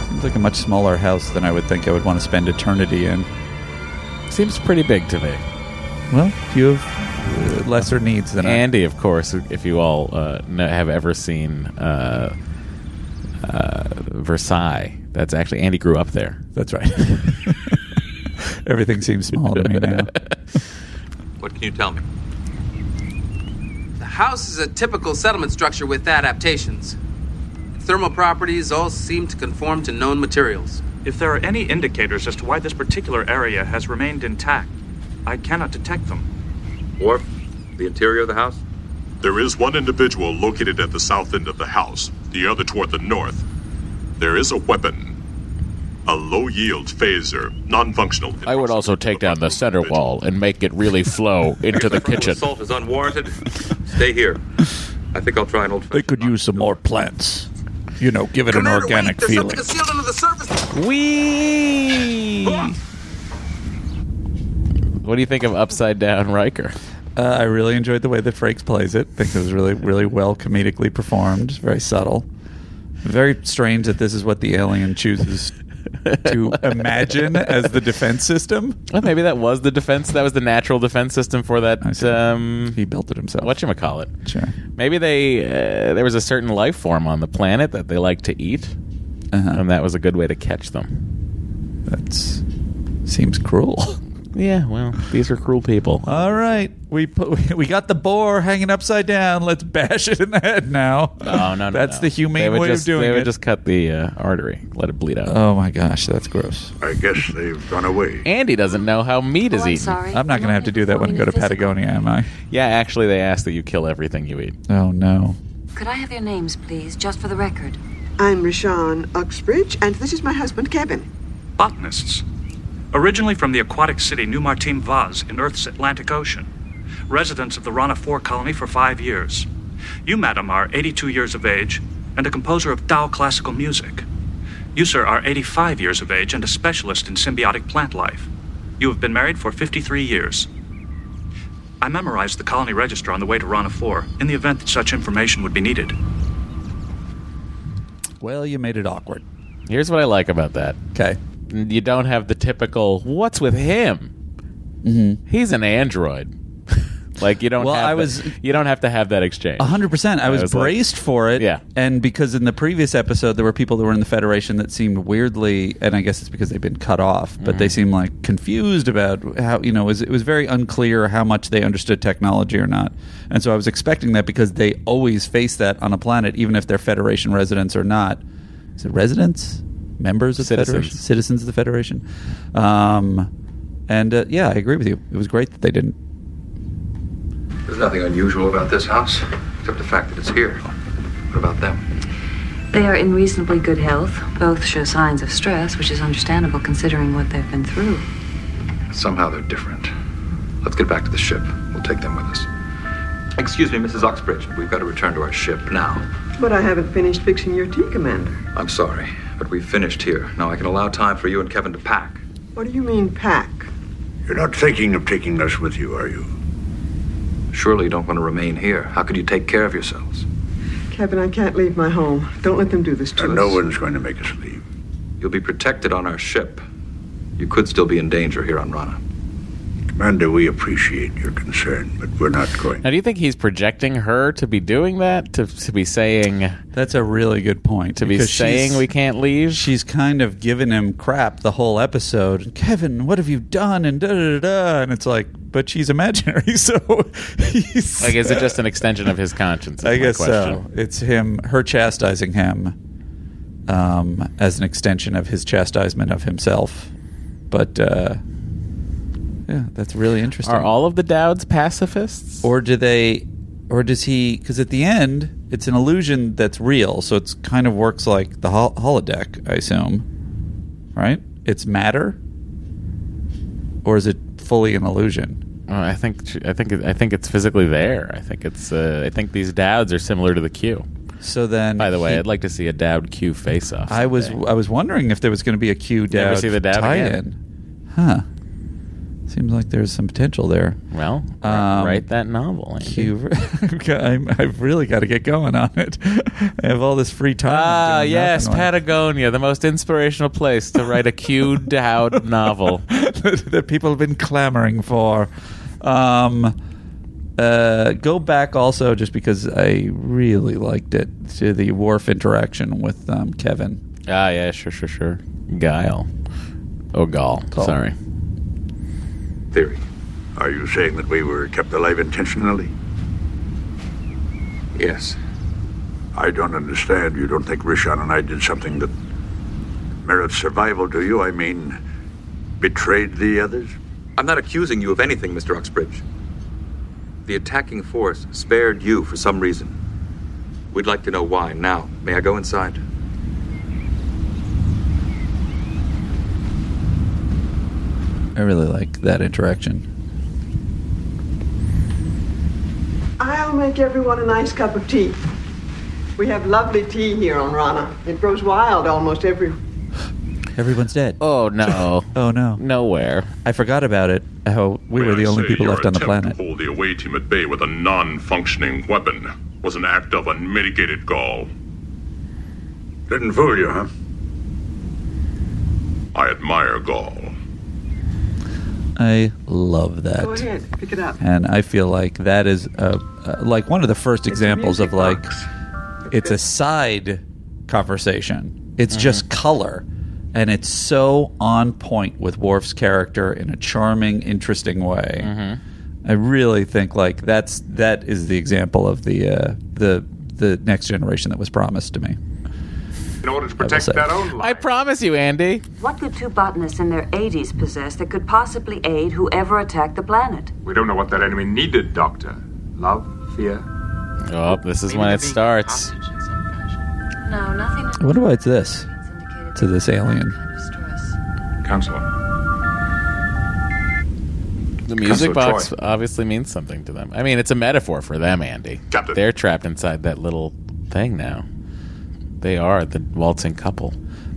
Speaker 1: Seems like a much smaller house than I would think I would want to spend eternity in.
Speaker 2: Seems pretty big to me.
Speaker 1: Well, you have uh, lesser needs than I.
Speaker 2: Andy, of course, if you all uh, kn- have ever seen uh, uh, Versailles, that's actually Andy grew up there.
Speaker 1: That's right. Everything seems small to me now.
Speaker 11: What can you tell me?
Speaker 3: The house is a typical settlement structure with adaptations. Thermal properties all seem to conform to known materials.
Speaker 8: If there are any indicators as to why this particular area has remained intact, I cannot detect them.
Speaker 9: Wharf, the interior of the house?
Speaker 7: There is one individual located at the south end of the house, the other toward the north. There is a weapon. A low yield phaser, non functional.
Speaker 2: I would also take down the center wall and make it really flow into the kitchen.
Speaker 9: Assault is unwarranted. Stay here. I think I'll try an old
Speaker 1: They could use some more plants. You know, give it an organic feeling.
Speaker 3: concealed under the surface.
Speaker 2: Wee! What do you think of Upside Down Riker?
Speaker 1: Uh, I really enjoyed the way that Frakes plays it. I think it was really, really well comedically performed. Very subtle. Very strange that this is what the alien chooses to imagine as the defense system.
Speaker 2: Well, maybe that was the defense. That was the natural defense system for
Speaker 1: I
Speaker 2: that.
Speaker 1: see.
Speaker 2: Um,
Speaker 1: He built it himself.
Speaker 2: what you call it?
Speaker 1: Sure.
Speaker 2: Maybe they uh, there was a certain life form on the planet that they like to eat,
Speaker 1: Uh-huh.
Speaker 2: and that was a good way to catch them.
Speaker 1: That's seems cruel.
Speaker 2: Yeah, well, these are cruel people.
Speaker 1: All right, we put we got the boar hanging upside down. Let's bash it in the head now.
Speaker 2: no, no, no,
Speaker 1: that's
Speaker 2: no. They
Speaker 1: the humane
Speaker 2: would
Speaker 1: way
Speaker 2: just,
Speaker 1: of doing
Speaker 2: They would
Speaker 1: it.
Speaker 2: just cut the uh, artery, let it bleed out.
Speaker 1: oh my gosh, that's gross.
Speaker 7: I guess they've run away.
Speaker 2: Andy doesn't know how meat is
Speaker 10: oh, I'm
Speaker 2: eaten.
Speaker 10: sorry.
Speaker 1: I'm not going to have to do that when I go to Patagonia, am I?
Speaker 2: Yeah, actually, they ask that you kill everything you eat.
Speaker 1: Oh no.
Speaker 10: Could I have your names, please, just for the record?
Speaker 6: I'm Rashawn Uxbridge, and this is my husband, Kevin.
Speaker 8: Botanists. Originally from the aquatic city New Martin Vaz in Earth's Atlantic Ocean. Residents of the Rana 4 colony for five years. You, madam, are 82 years of age and a composer of Tao classical music. You, sir, are 85 years of age and a specialist in symbiotic plant life. You have been married for 53 years. I memorized the colony register on the way to Rana 4 in the event that such information would be needed.
Speaker 1: Well, you made it awkward.
Speaker 2: Here's what I like about that:
Speaker 1: Okay.
Speaker 2: you don't have the typical "What's with him?" He's an android. Like you don't.
Speaker 1: Well,
Speaker 2: have
Speaker 1: I
Speaker 2: to-
Speaker 1: was-
Speaker 2: you don't have to have that exchange.
Speaker 1: hundred percent. I was,
Speaker 2: like,
Speaker 1: braced for it.
Speaker 2: Yeah.
Speaker 1: And because in the previous episode there were people that were in the Federation that seemed weirdly, and I guess it's because they've been cut off, but they
Speaker 2: Mhm.
Speaker 1: seemed like confused about how you know it was, it was very unclear how much they understood technology or not. And so I was expecting that because they always face that on a planet, even if they're Federation residents or not. Is it residents? Members of
Speaker 2: Citizens.
Speaker 1: the Federation? Citizens of the Federation. Um, and uh, yeah, I agree with you. It was great that they didn't.
Speaker 9: There's nothing unusual about this house, except the fact that it's here. What about them?
Speaker 10: They are in reasonably good health. Both show signs of stress, which is understandable considering what they've been through.
Speaker 9: Somehow they're different. Let's get back to the ship. We'll take them with us. Excuse me, Mrs. Oxbridge. We've got to return to our ship now.
Speaker 12: But I haven't finished fixing your tea, Commander.
Speaker 9: I'm sorry, but we've finished here. Now I can allow time for you and Kevin to pack.
Speaker 12: What do you mean, pack?
Speaker 9: You're not thinking of taking us with you, are you? Surely you don't want to remain here. How could you take care of yourselves?
Speaker 12: Kevin, I can't leave my home. Don't let them do this to us.
Speaker 9: going to make us leave. You'll be protected on our ship. You could still be in danger here on Rana.
Speaker 13: Commander, we appreciate your concern, but we're not going.
Speaker 2: Now, do you think he's projecting her to be doing that? To, to be saying
Speaker 1: that's a really good point.
Speaker 2: To be
Speaker 1: because
Speaker 2: saying
Speaker 1: she's-
Speaker 2: we can't leave.
Speaker 1: She's kind of given him crap the whole episode. Kevin, what have you done? And da da da. da. And it's like, but she's imaginary, so he's
Speaker 2: like, is it just an extension of his conscience? is
Speaker 1: I
Speaker 2: my
Speaker 1: guess
Speaker 2: question.
Speaker 1: so. It's him, her chastising him, um, as an extension of his chastisement of himself. But uh, yeah, that's really interesting.
Speaker 2: Are all of the Dowds pacifists?
Speaker 1: or do they or does he because at the end it's an illusion that's real so it's kind of works like the hol- holodeck i assume right it's matter or is it fully an illusion
Speaker 2: Oh, I think she- I think it- I think it's physically there. I think it's uh, I think these Dowds are similar to the Q.
Speaker 1: So then,
Speaker 2: by the way,
Speaker 1: he-
Speaker 2: I'd like to see a Dowd Q face off.
Speaker 1: i was i was wondering if there was going to be a q
Speaker 2: Never
Speaker 1: dad
Speaker 2: see the dad
Speaker 1: tie-in huh seems like there's some potential there
Speaker 2: well write that novel, Andy.
Speaker 1: Um, Q, I've, got, I'm, I've really got to get going on it i have all this free time I'm
Speaker 2: Ah,
Speaker 1: doing
Speaker 2: yes,
Speaker 1: nothing with.
Speaker 2: Patagonia, the most inspirational place to write a Q Dowd novel.
Speaker 1: that, that people have been clamoring for. Um, uh, go back also, just because I really liked it, to the Worf interaction with um, Kevin.
Speaker 2: Ah, yeah, sure, sure, sure. Guile. Oh, Gall. Sorry.
Speaker 13: Theory. Are you saying that we were kept alive intentionally? Yes. I don't understand. You don't think Rishon and I did something that merits survival, do you? I mean, betrayed the others?
Speaker 9: I'm not accusing you of anything, Mr. Uxbridge. The attacking force spared you for some reason. We'd like to know why now. May I go inside?
Speaker 1: I really like that interaction.
Speaker 12: I'll make everyone a nice cup of tea. We have lovely tea here on Rana. It grows wild almost every.
Speaker 1: Everyone's dead.
Speaker 2: Oh no!
Speaker 1: oh no!
Speaker 2: Nowhere.
Speaker 1: I forgot about it. How we were the
Speaker 14: May I
Speaker 1: only
Speaker 14: say
Speaker 1: people
Speaker 14: your
Speaker 1: left on the
Speaker 14: attempt
Speaker 1: planet.
Speaker 14: To hold the away team at bay with a non-functioning weapon was an act of unmitigated gall.
Speaker 13: Didn't fool you, huh?
Speaker 14: I admire gall.
Speaker 1: I love that.
Speaker 12: Go ahead, pick it up.
Speaker 1: And I feel like that is uh uh, like one of the first examples of like it's a side conversation. It's
Speaker 12: Mm-hmm.
Speaker 1: just color, and it's so on point with Worf's character in a charming, interesting way.
Speaker 12: Mm-hmm.
Speaker 1: I really think like that's that is the example of the uh, the the next generation that was promised to me.
Speaker 7: In order to
Speaker 1: protect say. that
Speaker 7: own
Speaker 2: I promise you, Andy.
Speaker 10: What did two botanists in their 80s possess that could possibly aid whoever attacked the planet?
Speaker 7: We don't know what that enemy needed, Doctor. Love, fear.
Speaker 2: Oh, this is when it starts.
Speaker 10: No, nothing.
Speaker 1: I wonder why it's this to this alien.
Speaker 7: Counselor.
Speaker 2: The music
Speaker 7: Counselor
Speaker 2: box
Speaker 7: Troy.
Speaker 2: obviously means something to them. I mean, it's a metaphor for them, Andy.
Speaker 7: Captain.
Speaker 2: They're trapped inside that little thing now. They are the waltzing couple.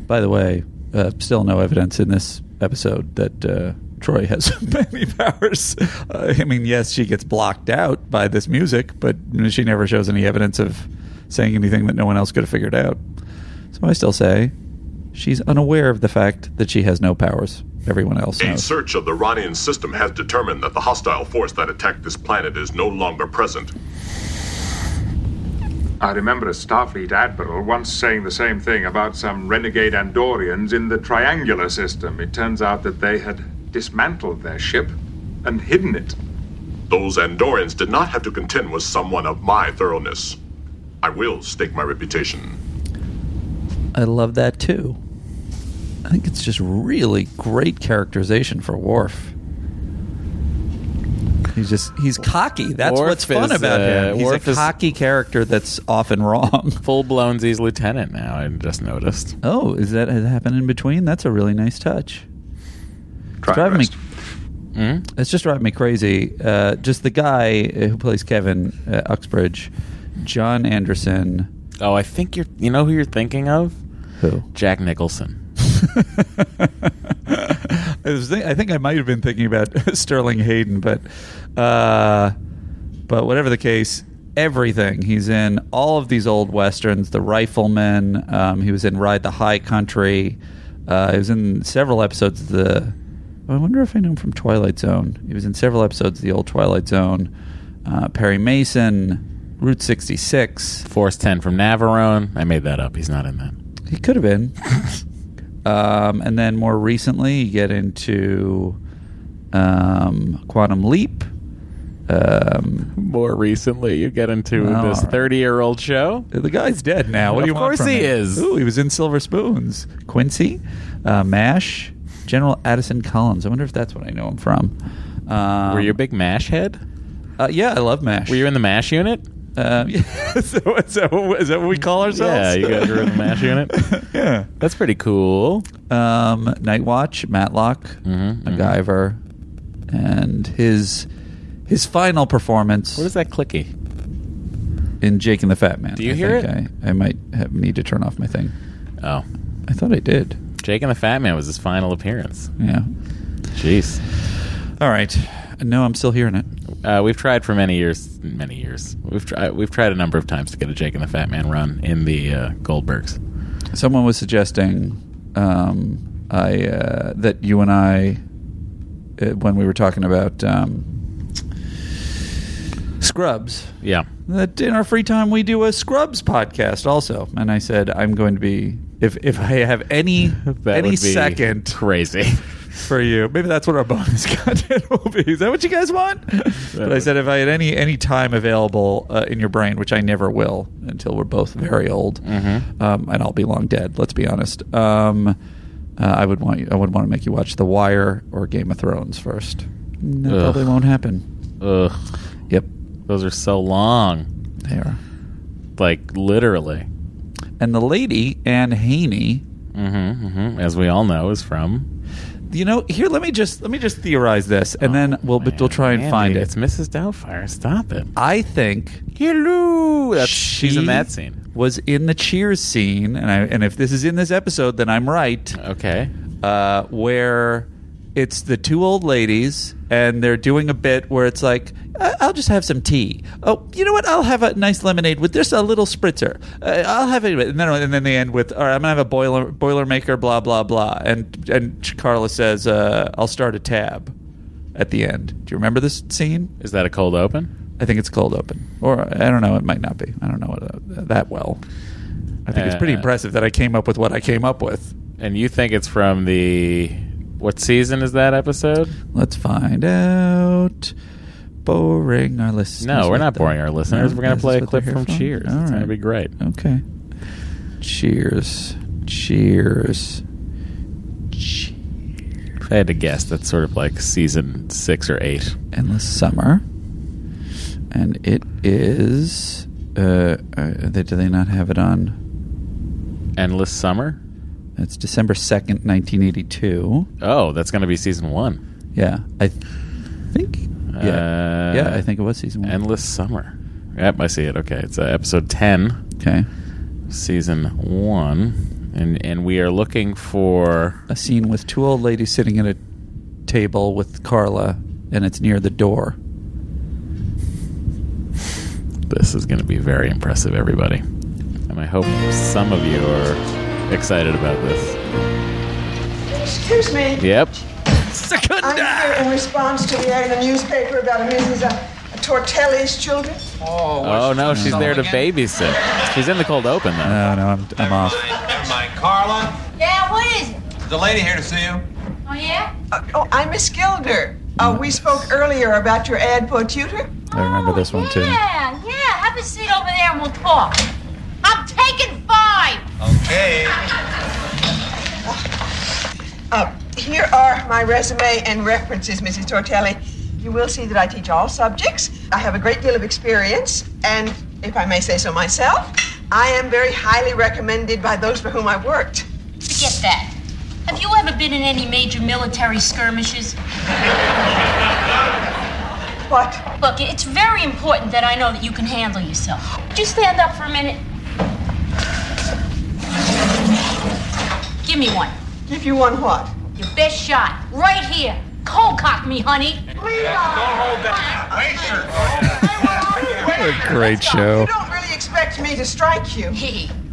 Speaker 1: By the way, uh, still no evidence in this episode that uh, Troy has many powers. Uh, I mean, yes, she gets blocked out by this music, but she never shows any evidence of saying anything that no one else could have figured out. So I still say she's unaware of the fact that she has no powers. everyone else
Speaker 14: A
Speaker 1: knows.
Speaker 14: search of the Rodian system has determined that the hostile force that attacked this planet is no longer present.
Speaker 7: I remember a Starfleet admiral once saying the same thing about some renegade Andorians in the triangular system. It turns out that they had dismantled their ship and hidden it.
Speaker 14: Those Andorians did not have to contend with someone of my thoroughness. I will stake my reputation.
Speaker 1: I love that too. I think it's just really great characterization for Worf. He's just he's cocky. That's
Speaker 2: Worf
Speaker 1: what's fun
Speaker 2: is,
Speaker 1: about
Speaker 2: uh,
Speaker 1: him. He's
Speaker 2: Worf
Speaker 1: a
Speaker 2: is-
Speaker 1: cocky character that's often wrong.
Speaker 2: Full blown Z's lieutenant now. I just noticed.
Speaker 1: Oh, is that has happened in between? That's a really nice touch. It's driving me.
Speaker 2: Mm-hmm.
Speaker 1: It's just driving me crazy. Uh, just the guy who plays Kevin uh, Uxbridge, John Anderson.
Speaker 2: Oh, I think you're. You know who you're thinking of?
Speaker 1: Who?
Speaker 2: Jack Nicholson.
Speaker 1: I, was think, I think I might have been thinking about Sterling Hayden, but uh, but whatever the case, everything he's in all of these old westerns, The Rifleman. Um, he was in Ride the High Country. Uh, he was in several episodes of the. I wonder if I know him from Twilight Zone. He was in several episodes of the old Twilight Zone. Uh, Perry Mason, Route sixty six.
Speaker 2: Force ten from Navarone. I made that up. He's not in that.
Speaker 1: He could have been. um, and then more recently, you get into um, Quantum Leap. Um,
Speaker 2: more recently, you get into this 30 year old show.
Speaker 1: Oh, The guy's dead now. What do you
Speaker 2: Of
Speaker 1: want?
Speaker 2: course
Speaker 1: from
Speaker 2: he
Speaker 1: me?
Speaker 2: is.
Speaker 1: Ooh, he was in Silver Spoons. Quincy, uh, Mash, General Addison Collins. I wonder if that's what I know him from. Um,
Speaker 2: Were you a big Mash head?
Speaker 1: Uh, yeah, I love Mash. Were
Speaker 2: you in the Mash unit?
Speaker 1: Um, is, that, is, that what, is that what we call
Speaker 2: Yeah,
Speaker 1: ourselves?
Speaker 2: you guys were in the Mash unit.
Speaker 1: yeah,
Speaker 2: that's pretty cool. Mm-hmm,
Speaker 1: Um, Night Watch, Matlock, MacGyver, and his his final performance. What
Speaker 2: is that clicky?
Speaker 1: In Jake and the Fat Man.
Speaker 2: Do you
Speaker 1: I
Speaker 2: hear
Speaker 1: think I, I might have, need to turn off my thing.
Speaker 2: Oh,
Speaker 1: I thought I did.
Speaker 2: Jake and the Fat Man was his final appearance.
Speaker 1: Yeah.
Speaker 2: Jeez.
Speaker 1: All right. No, I'm still hearing it.
Speaker 2: Uh, we've tried for many years, many years. We've tried, we've tried a number of times to get a Jake and the Fat Man run in the uh, Goldbergs.
Speaker 1: Someone was suggesting um, I uh, that you and I uh, when we were talking about um, Scrubs.
Speaker 2: Yeah.
Speaker 1: That in our free time we do a Scrubs podcast also, and I said I'm going to be if if I have any any
Speaker 2: would be
Speaker 1: second
Speaker 2: crazy
Speaker 1: for you. Maybe that's what our bonus content will
Speaker 2: Mm-hmm.
Speaker 1: be. Is that what you guys want? but I said if I had any any time available uh, in your brain, which I never will until we're both very old,
Speaker 2: Mm-hmm.
Speaker 1: um, and I'll be long dead. Let's be honest. Um, uh, I would want you. I would want to make you watch The Wire or Game of Thrones first. And That
Speaker 2: Ugh.
Speaker 1: probably won't happen.
Speaker 2: Ugh.
Speaker 1: Yep.
Speaker 2: Those are so long.
Speaker 1: They are.
Speaker 2: Like literally.
Speaker 1: And the lady Anne Haney,
Speaker 2: hmm hmm as we all know, is from.
Speaker 1: You know, here let me just let me just theorize this, and then we'll we'll try and
Speaker 2: Oh, Andy,
Speaker 1: find it.
Speaker 2: It's Mrs. Doubtfire. Stop it.
Speaker 1: I think
Speaker 2: hello. That's,
Speaker 1: she
Speaker 2: she's in that scene.
Speaker 1: Was in the Cheers scene, and I and if this is in this episode, then I'm right.
Speaker 2: Okay.
Speaker 1: Uh, where it's the two old ladies, and they're doing a bit where it's like, "I- "I'll just have some tea." Oh, you know what? I'll have a nice lemonade with just a little spritzer. Uh, I'll have it, and then and then they end with, "All right, I'm gonna have a boiler boilermaker." Blah blah blah, and and Carla says, uh, "I'll start a tab." At the end, do you remember this scene?
Speaker 2: Is that a cold open?
Speaker 1: I think it's cold open, or I don't know. It might not be. I don't know it, uh, that well. I think it's pretty
Speaker 2: Uh,
Speaker 1: impressive that I came up with what I came up with.
Speaker 2: And you think it's from the what season is that episode?
Speaker 1: Let's find out. Boring our listeners.
Speaker 2: No, we're not boring our listeners.
Speaker 1: No,
Speaker 2: We're gonna
Speaker 1: this
Speaker 2: play
Speaker 1: is
Speaker 2: a
Speaker 1: what they're
Speaker 2: clip
Speaker 1: here
Speaker 2: from
Speaker 1: for?
Speaker 2: Cheers.
Speaker 1: All
Speaker 2: It's gonna
Speaker 1: right.
Speaker 2: be great.
Speaker 1: Okay. Cheers. Cheers.
Speaker 2: If I had to guess, that's sort of like season six or eight.
Speaker 1: Endless summer. And it is. Uh, uh, they, do they not have it on?
Speaker 2: Endless summer.
Speaker 1: It's December second, nineteen eighty-two.
Speaker 2: Oh, that's gonna be season one.
Speaker 1: Yeah, I th- think. Yeah,
Speaker 2: Uh,
Speaker 1: yeah, I think it was season one.
Speaker 2: Endless summer. Yep, I see it. Okay, it's uh, episode ten.
Speaker 1: Okay.
Speaker 2: Season one, and and we are looking for
Speaker 1: a scene with two old ladies sitting at a table with Carla, and it's near the door.
Speaker 2: This is going to be very impressive, everybody. And I hope some of you are excited about this.
Speaker 12: Excuse me.
Speaker 2: Yep.
Speaker 1: Secunda!
Speaker 15: I'm here in response to the ad in the newspaper about a Mrs. Uh, Tortelli's children.
Speaker 2: Oh, no, she's there to babysit. She's in the cold open, though. No,
Speaker 1: no, I'm, I'm off.
Speaker 16: Never mind. Carla,
Speaker 15: Yeah, what is it?
Speaker 16: the lady here to see you.
Speaker 15: Oh, yeah? oh, I'm Miss Gilder. Uh, we spoke earlier about your ad for tutor.
Speaker 1: I remember this one too.
Speaker 17: Yeah, yeah. Have a seat over there and we'll talk. I'm taking five.
Speaker 16: Okay.
Speaker 15: Uh, here are my resume and references, Mrs. Tortelli. You will see that I teach all subjects. I have a great deal of experience, and if I may say so myself, I am very highly recommended by those for whom I worked.
Speaker 17: Forget that. Have you ever been in any major military skirmishes?
Speaker 15: What?
Speaker 17: Look, it's very important that I know that you can handle yourself. Would you stand up for a minute? Give me one.
Speaker 15: Give you one what?
Speaker 17: Your best shot. Right here. Cold cock me, honey.
Speaker 1: What a great show.
Speaker 15: don't really expect me to strike you.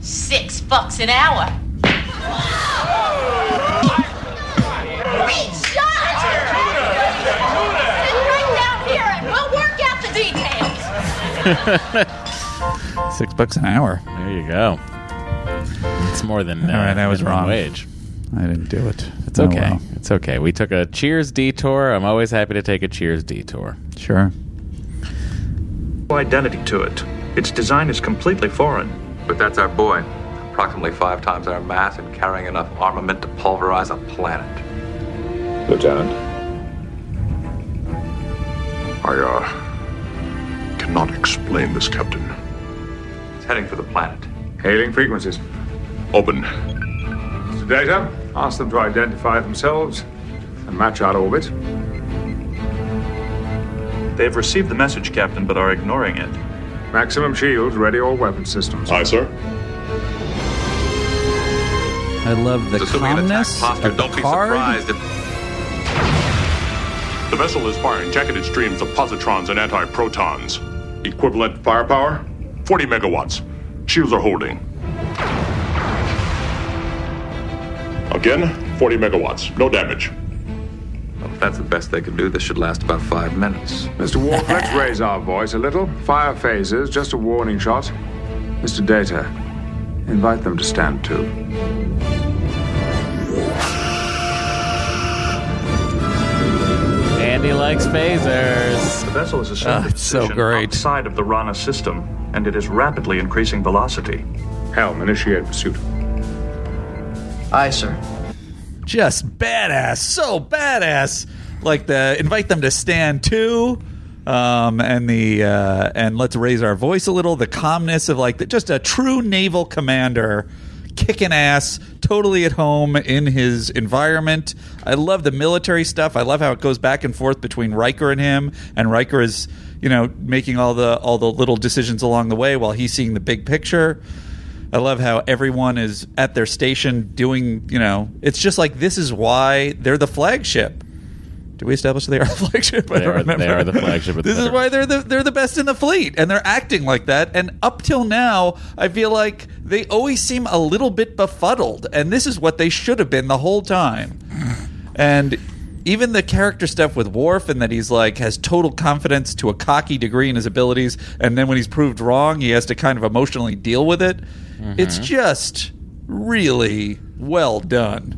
Speaker 17: Six bucks an hour.
Speaker 1: Six bucks an hour.
Speaker 2: There you go. It's more than uh,
Speaker 1: All right, I was
Speaker 2: minimum
Speaker 1: wrong.
Speaker 2: Wage.
Speaker 1: I didn't do it. Oh,
Speaker 2: It's okay. It's okay. We took a Cheers detour. I'm always happy to take a Cheers detour.
Speaker 1: Sure.
Speaker 8: Identity to it. Its design is completely foreign.
Speaker 9: But that's our boy. Approximately five times our mass and carrying enough armament to pulverize a planet.
Speaker 4: Lieutenant.
Speaker 14: I, uh, cannot explain this, Captain.
Speaker 9: It's heading for the planet.
Speaker 4: Hailing frequencies.
Speaker 14: Open.
Speaker 4: Mr. Data, ask them to identify themselves and match our orbit.
Speaker 8: They have received the message, Captain, but are ignoring it.
Speaker 4: Maximum shields ready all weapon systems.
Speaker 14: Aye, sir.
Speaker 1: I love the
Speaker 14: Assuming an attack
Speaker 1: calmness
Speaker 14: posture,
Speaker 1: of
Speaker 14: don't
Speaker 1: the
Speaker 14: be
Speaker 1: card.
Speaker 14: surprised The vessel is firing jacketed streams of positrons and anti-protons. Equivalent firepower, 40 megawatts. Shields are holding. Again, 40 megawatts. No damage.
Speaker 9: Well, if that's the best they can do, this should last about five minutes.
Speaker 4: Mr. Wolf, let's raise our voice a little. Fire phases, just a warning shot. Mr. Data, invite them to stand to.
Speaker 2: Andy likes phasers.
Speaker 8: The vessel is assumed its position outside of the Rana system, and it is rapidly increasing velocity.
Speaker 4: Helm, initiate pursuit.
Speaker 6: Aye, sir.
Speaker 1: Just badass. So badass. Like the invite them to stand too. Um, and the uh, and let's raise our voice a little. The calmness of like the, just a true naval commander, kicking ass, totally at home in his environment. I love the military stuff. I love how it goes back and forth between Riker and him, and Riker is you know making all the all the little decisions along the way while he's seeing the big picture. I love how everyone is at their station doing, you know, it's just like this is why they're the flagship. Did we establish they are the flagship? I
Speaker 2: They
Speaker 1: don't
Speaker 2: are- they
Speaker 1: remember.
Speaker 2: are the flagship of the
Speaker 1: this is
Speaker 2: Federation.
Speaker 1: why they're the they're the best in the fleet, and they're acting like that. And up till now, I feel like they always seem a little bit befuddled, and this is what they should have been the whole time. And even the character stuff with Worf and that he's like has total confidence to a cocky degree in his abilities, and then when he's proved wrong, he has to kind of emotionally deal with it. It's
Speaker 2: Mhm.
Speaker 1: just really well done.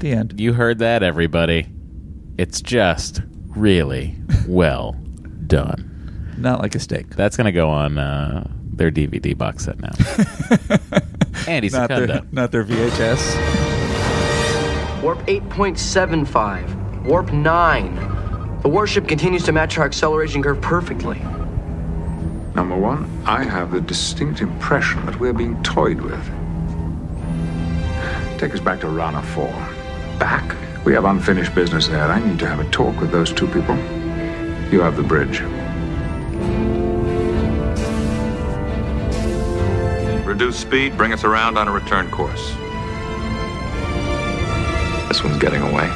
Speaker 1: The end.
Speaker 2: You heard that, everybody. It's just really well done.
Speaker 1: Not like a steak.
Speaker 2: That's going to go on uh, their DVD box set now. Andy
Speaker 1: not their,
Speaker 2: Secunda.
Speaker 1: not their VHS.
Speaker 6: Warp 8.75. Warp 9. The warship continues to match our acceleration curve perfectly.
Speaker 4: Number one, I have the distinct impression that we're being toyed with. Take us back to Rana 4. Back? We have unfinished business there. I need to have a talk with those two people. You have the bridge.
Speaker 9: Reduce speed, bring us around on a return course. This one's getting away.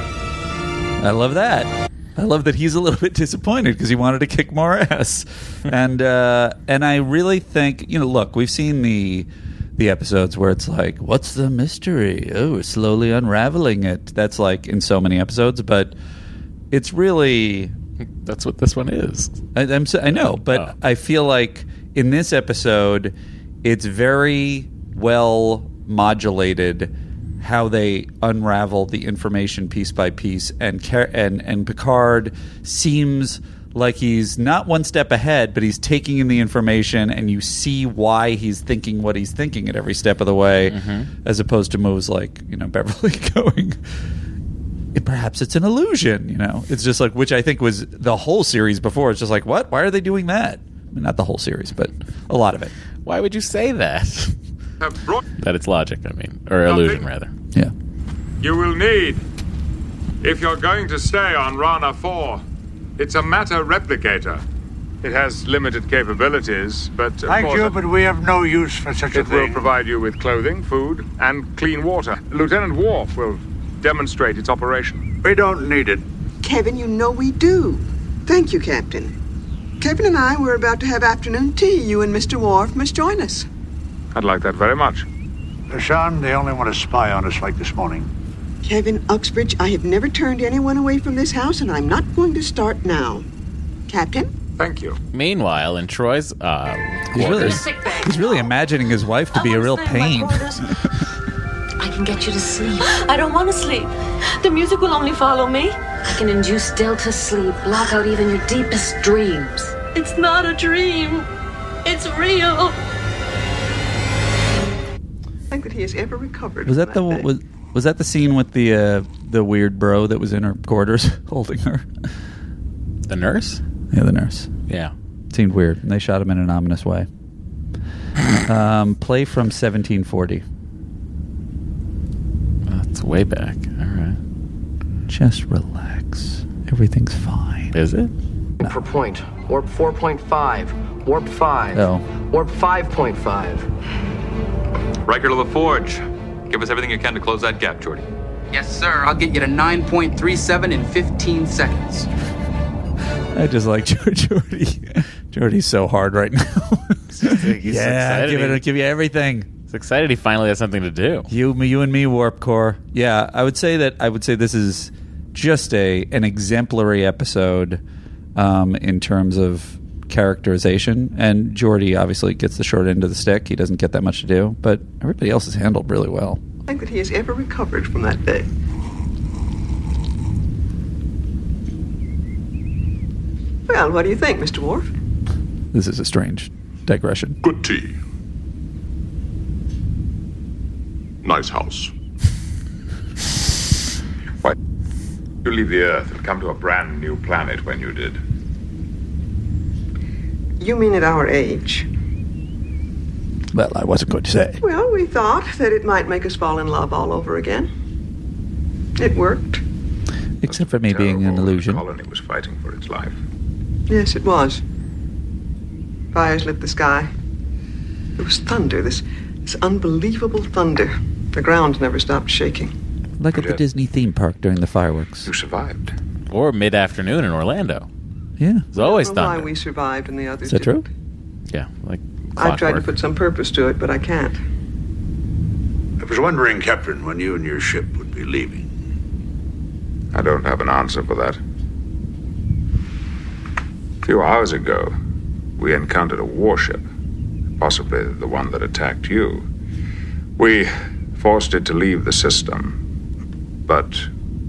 Speaker 1: I love that. I love that he's a little bit disappointed because he wanted to kick more ass, and uh, and I really think you know. Look, we've seen the the episodes where it's like, what's the mystery? Oh, we're slowly unraveling it. That's like in so many episodes, but it's really.
Speaker 2: That's what this one is. Ah.
Speaker 1: I, I'm, so- I know, but I feel like in this episode, it's very well modulated how they unravel the information piece by piece, and Car- and and Picard seems like he's not one step ahead, but he's taking in the information, and you see why he's thinking what he's thinking at every step of the way,
Speaker 2: Mm-hmm.
Speaker 1: as opposed to moves like you know Beverly going. It, perhaps it's an illusion, you know. It's just like which I think was the whole series before. It's just like what? Why are they doing that? I mean, not the whole series, but a lot of it.
Speaker 2: Why would you say that?
Speaker 18: have brought
Speaker 2: That it's logic, I mean, or illusion rather.
Speaker 18: you will need if you're going to stay on Rana 4. It's a matter replicator. It has limited capabilities, but of
Speaker 19: Thank
Speaker 18: course
Speaker 19: you,
Speaker 18: it-
Speaker 19: but we have no use for such a
Speaker 18: it will
Speaker 19: thing.
Speaker 18: provide you with clothing, food, and clean water. Lieutenant Worf will demonstrate its operation. We don't need it.
Speaker 15: Kevin, you know we do. Thank you, Captain. Kevin and I were about to have afternoon tea. You and Mr. Wharf must join us.
Speaker 18: I'd like that very much.
Speaker 19: Sean, they only want to spy on us like this morning.
Speaker 15: Kevin Uxbridge, I have never turned anyone away from this house, and I'm not going to start now. Captain?
Speaker 18: Thank you.
Speaker 2: Meanwhile, in Troy's uh,
Speaker 1: He's really,
Speaker 2: quarters,
Speaker 1: he's really imagining his wife to be a real pain.
Speaker 17: I can get you to sleep. I don't want to sleep. The music will only follow me.
Speaker 10: I can induce delta sleep, block out even your deepest dreams.
Speaker 17: It's not a dream. It's real.
Speaker 15: I think that he has ever recovered.
Speaker 1: Was that the was, was that the scene with the uh, the weird bro that was in her quarters holding her?
Speaker 2: The nurse?
Speaker 1: Yeah, the nurse.
Speaker 2: Yeah.
Speaker 1: Seemed weird. And they shot him in an ominous way. um, play from 1740.
Speaker 2: That's way back. All right.
Speaker 1: Just relax. Everything's fine.
Speaker 2: Is it?
Speaker 6: Per point. Warp 4.5. Warp 5.
Speaker 1: Oh.
Speaker 6: Warp 5.5.
Speaker 11: Riker to the Forge. Give us everything you can to close that gap, Jordy.
Speaker 3: Yes, sir. I'll get you to 9.37 in 15 seconds.
Speaker 1: I just like Jordy. Jordy's so hard right now.
Speaker 2: He's
Speaker 1: yeah,
Speaker 2: excited.
Speaker 1: give it, give you everything.
Speaker 2: He's excited he finally has something to do.
Speaker 1: You, you and me, Warp Core. Yeah, I would say that I would say this is just a an exemplary episode um, in terms of characterization. And Jordy obviously gets the short end of the stick. He doesn't get that much to do, but everybody else is handled really well.
Speaker 15: I think that he has ever recovered from that day. Well, what do you think, Mr. Wharf?
Speaker 1: This is a strange digression.
Speaker 14: Good tea. Nice house.
Speaker 4: Why? You leave the Earth and come to a brand new planet when you did.
Speaker 15: You mean at our age?
Speaker 1: Well, I wasn't going to say.
Speaker 15: Well, we thought that it might make us fall in love all over again. It worked.
Speaker 1: Except for me being an illusion.
Speaker 4: Colony was fighting for its life.
Speaker 15: Yes, it was. Fires lit the sky. It was thunder, this, this unbelievable thunder. The ground never stopped shaking.
Speaker 1: Like at the Disney theme park during the fireworks.
Speaker 4: You survived.
Speaker 2: Or mid afternoon in Orlando.
Speaker 1: Yeah.
Speaker 2: It's
Speaker 15: I
Speaker 2: always
Speaker 15: don't know why
Speaker 2: thunder.
Speaker 15: we survived and the others
Speaker 2: Is that
Speaker 15: didn't.
Speaker 2: Yeah. Like
Speaker 15: I've tried to
Speaker 2: clockwork.
Speaker 15: put some purpose to it, but I can't.
Speaker 13: I was wondering, Captain, when you and your ship would be leaving.
Speaker 4: I don't have an answer for that. A few hours ago, we encountered a warship, possibly the one that attacked you. We forced it to leave the system, but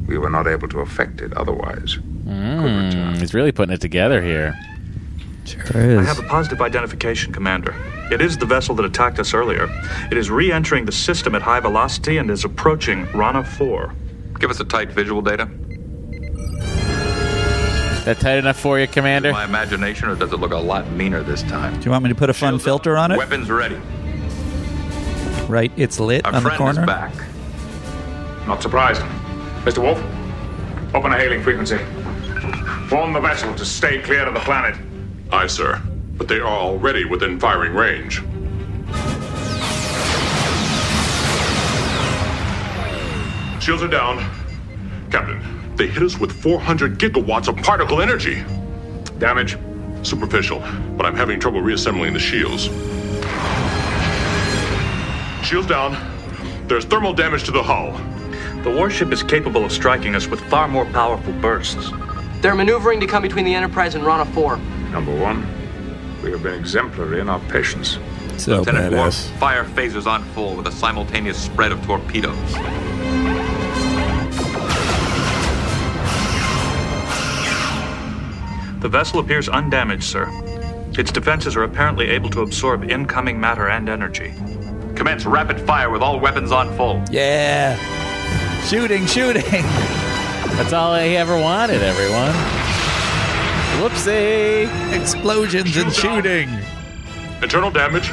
Speaker 4: we were not able to affect it otherwise.
Speaker 2: Mm, he's really putting it together here.
Speaker 8: I have a positive identification, Commander. It is the vessel that attacked us earlier. It is re entering the system at high velocity and is approaching Rana 4.
Speaker 11: Give us a tight visual data.
Speaker 2: That tight enough for you, Commander?
Speaker 11: My imagination, or does it look a lot meaner this time?
Speaker 1: Do you want me to put a fun filter on it?
Speaker 11: Weapons ready.
Speaker 1: Right, it's lit
Speaker 4: Our
Speaker 1: on the
Speaker 4: friend is
Speaker 1: corner.
Speaker 4: back. Not surprised.
Speaker 18: Mr. Wolf, open a hailing frequency. Warn the vessel to stay clear of the planet.
Speaker 14: Aye, sir. But they are already within firing range. Shields are down. Captain, they hit us with 400 gigawatts of particle energy. Damage? Superficial, but I'm having trouble reassembling the shields. Shields down. There's thermal damage to the hull.
Speaker 8: The warship is capable of striking us with far more powerful bursts.
Speaker 3: They're maneuvering to come between the Enterprise and Rana 4.
Speaker 4: Number one, we have been exemplary in our patience.
Speaker 1: So
Speaker 11: Lieutenant Worf,
Speaker 1: badass.
Speaker 11: fire phasers on full with a simultaneous spread of torpedoes.
Speaker 8: The vessel appears undamaged, sir. Its defenses are apparently able to absorb incoming matter and energy.
Speaker 11: Commence rapid fire with all weapons on full.
Speaker 1: Yeah. Shooting, shooting.
Speaker 2: That's all he ever wanted, everyone. Whoopsie.
Speaker 1: Explosions and shooting.
Speaker 14: Internal damage.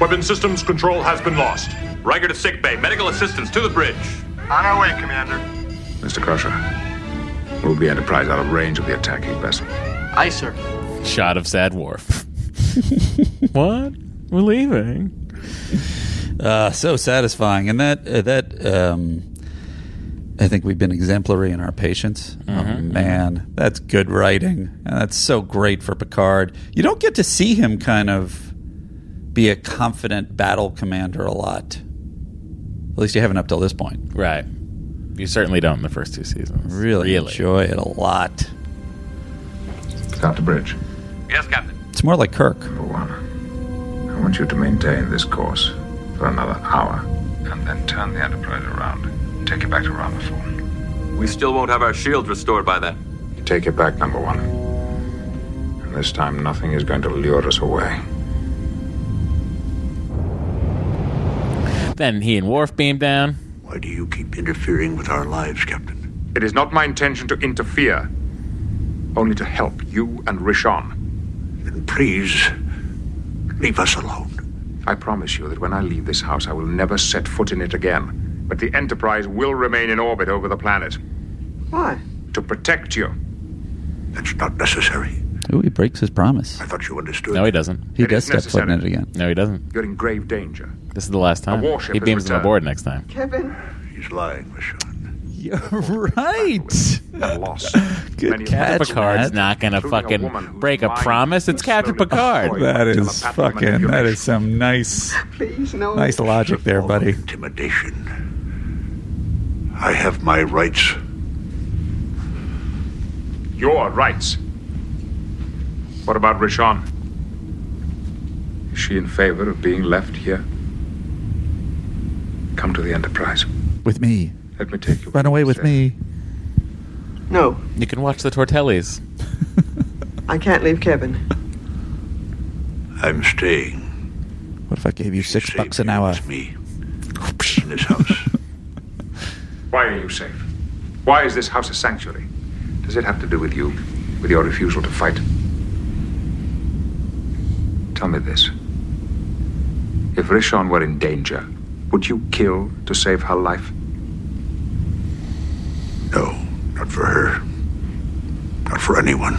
Speaker 14: Weapon systems control has been lost.
Speaker 11: Riker to sick bay. Medical assistance to the bridge.
Speaker 20: On our way, Commander.
Speaker 4: Mr. Crusher, move the Enterprise out of range of the attacking vessel.
Speaker 3: Aye, sir.
Speaker 2: Shot of Sad Wharf. what? We're leaving.
Speaker 1: Uh, so satisfying, and that uh, that um, I think we've been exemplary in our patience.
Speaker 2: Mm-hmm,
Speaker 1: Oh man, that's good writing, and that's so great for Picard. You don't get to see him kind of be a confident battle commander a lot. At least you haven't up till this point,
Speaker 2: right? You certainly don't in the first two seasons.
Speaker 1: Really,
Speaker 2: Really.
Speaker 1: enjoy it a lot.
Speaker 4: Out to bridge.
Speaker 11: Yes, Captain.
Speaker 1: It's more like Kirk.
Speaker 4: I want you to maintain this course for another hour, and then turn the Enterprise around. Take it back to Ramaphore.
Speaker 11: We still won't have our shields restored by then.
Speaker 4: Take it back, number one. And this time, nothing is going to lure us away.
Speaker 2: Then he and Worf beam down.
Speaker 19: Why do you keep interfering with our lives, Captain?
Speaker 7: It is not my intention to interfere, only to help you and Rishon.
Speaker 19: Then please, leave us alone.
Speaker 4: I promise you that when I leave this house, I will never set foot in it again.
Speaker 7: But the Enterprise will remain in orbit over the planet.
Speaker 15: Why?
Speaker 7: To protect you.
Speaker 19: That's not necessary.
Speaker 1: Ooh, he breaks his promise.
Speaker 19: I thought you understood.
Speaker 2: No, he doesn't.
Speaker 1: He does step foot in it again.
Speaker 2: No, he doesn't.
Speaker 7: You're in grave danger.
Speaker 2: This is the last time.
Speaker 7: warship
Speaker 2: He
Speaker 7: has
Speaker 2: beams them
Speaker 7: returned.
Speaker 2: aboard next time.
Speaker 15: Kevin?
Speaker 19: He's lying, Rishon.
Speaker 1: You're right.
Speaker 7: Lost. Many of
Speaker 2: Captain
Speaker 7: us-
Speaker 2: Picard's not going to
Speaker 7: Including a woman
Speaker 2: fucking
Speaker 7: whose
Speaker 2: break a
Speaker 7: mind
Speaker 2: promise. It's Captain Picard.
Speaker 1: That is fucking. That is some nice,
Speaker 15: Please, no.
Speaker 1: nice logic there, buddy.
Speaker 19: Intimidation. I have my rights.
Speaker 7: Your rights. What about Rishon?
Speaker 4: Is she in favor of being left here? Come to the Enterprise.
Speaker 1: With me,
Speaker 4: Let me take you.
Speaker 1: run away with me.
Speaker 15: No,
Speaker 2: You can watch the Tortellis.
Speaker 15: I can't leave Kevin.
Speaker 19: I'm staying
Speaker 1: What if I gave you six bucks an hour?
Speaker 19: in this house.
Speaker 4: Why are you safe? Why is this house a sanctuary? Does it have to do with you, with your refusal to fight? Tell me this. If Rishon were in danger, would you kill to save her life?
Speaker 19: No, not for her. Not for anyone.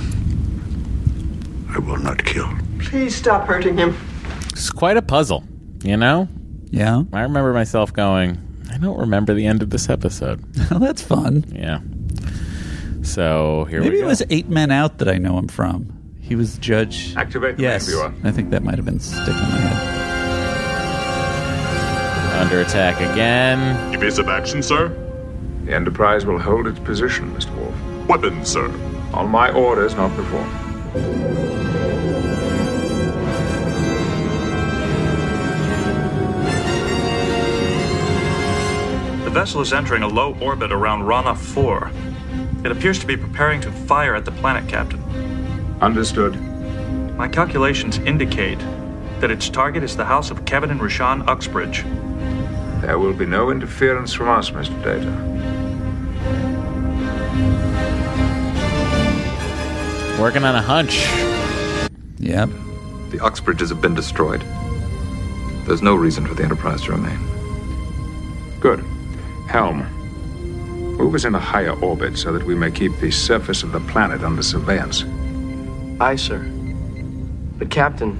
Speaker 19: I will not kill.
Speaker 15: Please stop hurting him.
Speaker 2: It's quite a puzzle, you know?
Speaker 1: Yeah.
Speaker 2: I remember myself going, I don't remember the end of this episode.
Speaker 1: That's fun.
Speaker 2: Yeah. So here
Speaker 1: Maybe
Speaker 2: we
Speaker 1: it
Speaker 2: go.
Speaker 1: was Eight Men Out that I know him from. He was Judge.
Speaker 2: Activate the
Speaker 1: yes,
Speaker 2: Ambua.
Speaker 1: I think that might have been sticking in my head.
Speaker 2: Under attack again.
Speaker 4: Evasive action, sir? The Enterprise will hold its position, Mr. Wolf. Weapons, sir. On my orders, not before.
Speaker 8: The vessel is entering a low orbit around Rana 4. It appears to be preparing to fire at the planet, Captain.
Speaker 4: Understood.
Speaker 8: My calculations indicate that its target is the house of Kevin and Rashawn Uxbridge.
Speaker 4: There will be no interference from us, Mr. Data.
Speaker 2: Working on a hunch.
Speaker 1: Yep.
Speaker 9: The Uxbridges have been destroyed. There's no reason for the Enterprise to remain.
Speaker 4: Good. Helm. Move us in a higher orbit so that we may keep the surface of the planet under surveillance.
Speaker 6: Aye, sir. But, Captain,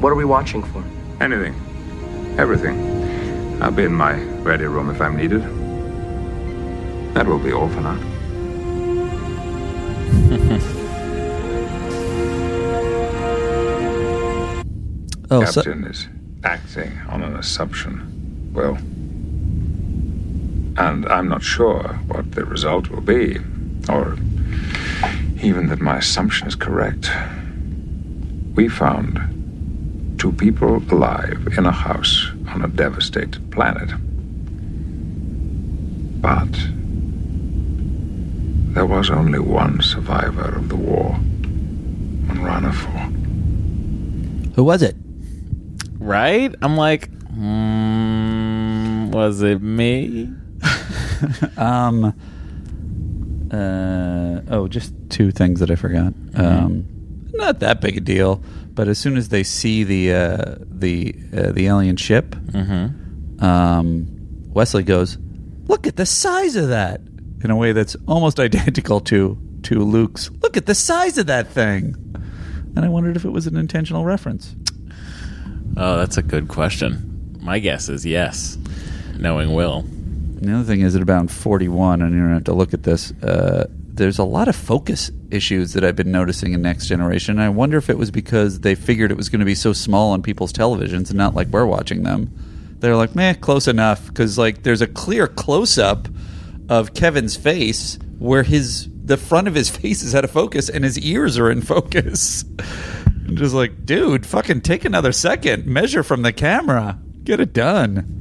Speaker 6: what are we watching for?
Speaker 4: Anything. Everything. I'll be in my ready room if I'm needed. That will be all for now.
Speaker 1: Oh, so-
Speaker 4: Captain is acting on an assumption. well. And I'm not sure what the result will be, or even that my assumption is correct. We found two people alive in a house on a devastated planet. But there was only one survivor of the war on Rana 4.
Speaker 21: Who was it?
Speaker 2: Right? I'm like, mm, was it me?
Speaker 1: um, uh, oh, just two things that I forgot.
Speaker 2: Mm-hmm.
Speaker 1: Um, not that big a deal, but as soon as they see the uh, the uh, the alien ship, um, Wesley goes, "Look at the size of that!" in a way that's almost identical to to Luke's. Look at the size of that thing. And I wondered if it was an intentional reference.
Speaker 2: Oh, that's a good question. My guess is yes, knowing Will.
Speaker 1: The other thing is at about 41, and you're going to have to look at this. Uh, there's a lot of focus issues that I've been noticing in Next Generation. I wonder if it was because they figured it was going to be so small on people's televisions and not like we're watching them. They're like, meh, close enough. Because like there's a clear close up of Kevin's face where his the front of his face is out of focus and his ears are in focus. I'm just like, dude, fucking take another second. Measure from the camera. Get it done.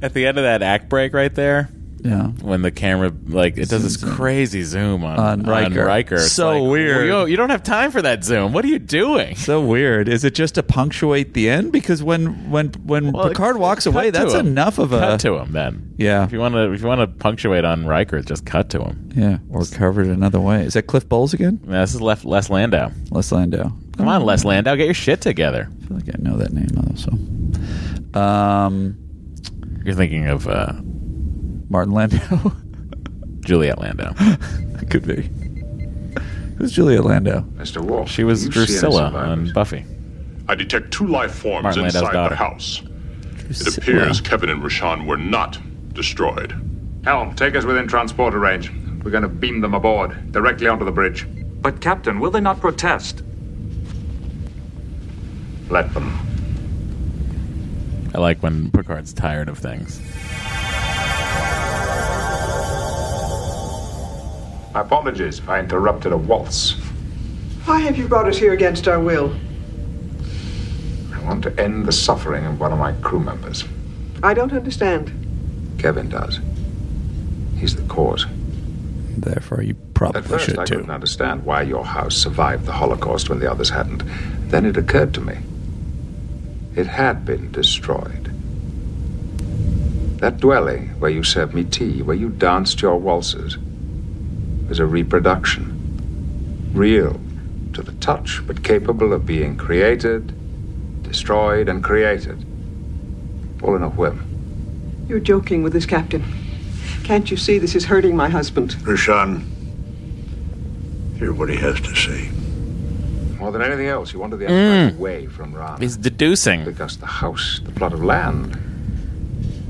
Speaker 2: At the end of that act break right there,
Speaker 1: Yeah.
Speaker 2: when the camera like it does this crazy zoom on
Speaker 1: On Riker.
Speaker 2: It's
Speaker 1: So
Speaker 2: like,
Speaker 1: weird.
Speaker 2: well, yo, you don't have time for that zoom. What are you doing?
Speaker 1: So weird. Is it just to punctuate the end? Because when when when Picard walks away, that's enough of a
Speaker 2: cut to him. Then
Speaker 1: Yeah.
Speaker 2: if you want to if you want to punctuate on Riker, just cut to him.
Speaker 1: Yeah, or covered another way. Is that Cliff Bowles again?
Speaker 2: Yeah, this is left Les Landau.
Speaker 1: Les Landau.
Speaker 2: Come on, Les Landau, get your shit together. I
Speaker 1: feel like I know that name also. Um,
Speaker 2: You're thinking of uh,
Speaker 1: Martin Landau,
Speaker 2: Juliet Landau.
Speaker 1: Could be. Who's Juliet Landau?
Speaker 4: Mr. Wolf.
Speaker 2: She was
Speaker 1: you've seen
Speaker 2: Drusilla
Speaker 1: us
Speaker 2: on Buffy.
Speaker 14: I detect two life forms
Speaker 2: Martin Landau's
Speaker 14: inside
Speaker 2: daughter.
Speaker 14: the house. It appears Kevin and Rashan were not destroyed.
Speaker 7: Hell, take us within transporter range. We're going to beam them aboard, directly onto the bridge.
Speaker 20: But, Captain, will they not protest?
Speaker 7: Let them.
Speaker 2: I like when Picard's tired of things.
Speaker 7: My apologies if I interrupted a waltz.
Speaker 15: Why have you brought us here against our will?
Speaker 4: I want to end the suffering of one of my crew members.
Speaker 15: I don't understand.
Speaker 4: Kevin does. He's the cause.
Speaker 1: Therefore, you
Speaker 4: At
Speaker 1: probably
Speaker 4: first,
Speaker 1: should
Speaker 4: I
Speaker 1: too.
Speaker 4: couldn't understand why your house survived the Holocaust when the others hadn't. Then it occurred to me. It had been destroyed. That dwelling where you served me tea, where you danced your waltzes, was a reproduction. Real to the touch, but capable of being created, destroyed, and created. All in a whim.
Speaker 15: You're joking with this, Captain. Can't you see this is hurting my husband?
Speaker 13: Rashan, hear what he has to say.
Speaker 4: More than anything else, you wanted the
Speaker 2: Mm.
Speaker 4: Empire away from Ra.
Speaker 2: He's deducing.
Speaker 4: Because the house, the plot of land,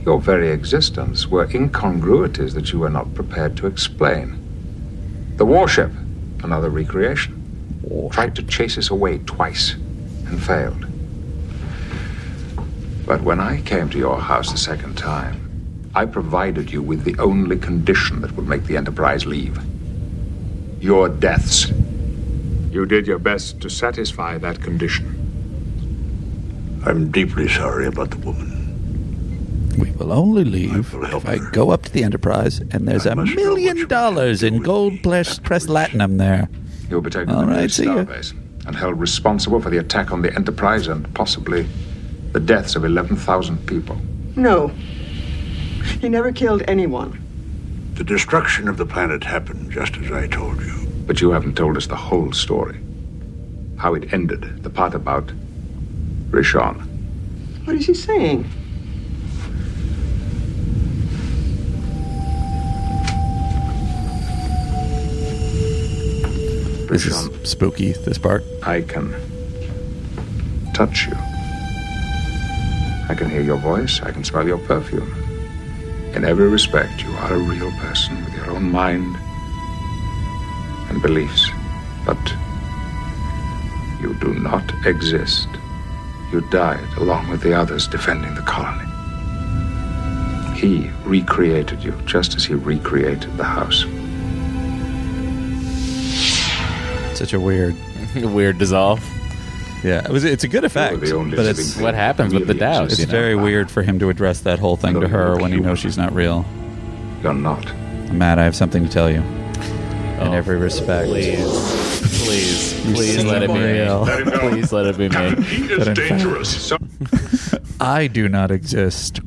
Speaker 4: your very existence were incongruities that you were not prepared to explain. The warship, another recreation, tried to chase us away twice and failed. But when I came to your house the second time, I provided you with the only condition that would make the Enterprise leave your deaths.
Speaker 7: You did your best to satisfy that condition.
Speaker 13: I'm deeply sorry about the woman.
Speaker 1: We will only leave if I go up to the Enterprise and there's a million dollars in gold pressed pressed latinum there.
Speaker 4: You were protected
Speaker 1: All
Speaker 4: the
Speaker 1: right, see ya.
Speaker 4: starbase and held responsible for the attack on the Enterprise and possibly the deaths of 11,000 people.
Speaker 15: No. He never killed anyone.
Speaker 13: The destruction of the planet happened just as I told you.
Speaker 4: But you haven't told us the whole story. How it ended, the part about Rishon.
Speaker 15: What is he saying?
Speaker 1: This is spooky, this part.
Speaker 4: I can touch you. I can hear your voice. I can smell your perfume. In every respect, you are a real person with your own mind and beliefs. But you do not exist. You died along with the others defending the colony. He recreated you, just as he recreated the house.
Speaker 1: Such a weird,
Speaker 2: weird dissolve.
Speaker 1: Yeah, it was. It's a good effect, but it's
Speaker 2: what happens with the Dows.
Speaker 1: It's
Speaker 2: you know?
Speaker 1: very weird for him to address that whole thing to her when he knows she's not real.
Speaker 4: You're not.
Speaker 1: Matt, I have something to tell you. In every respect,
Speaker 2: Oh, please, please,
Speaker 1: You're
Speaker 2: please let it be
Speaker 1: so real. Let him
Speaker 2: me.
Speaker 1: go.
Speaker 2: Please let it be me.
Speaker 1: But in fact, I do not exist.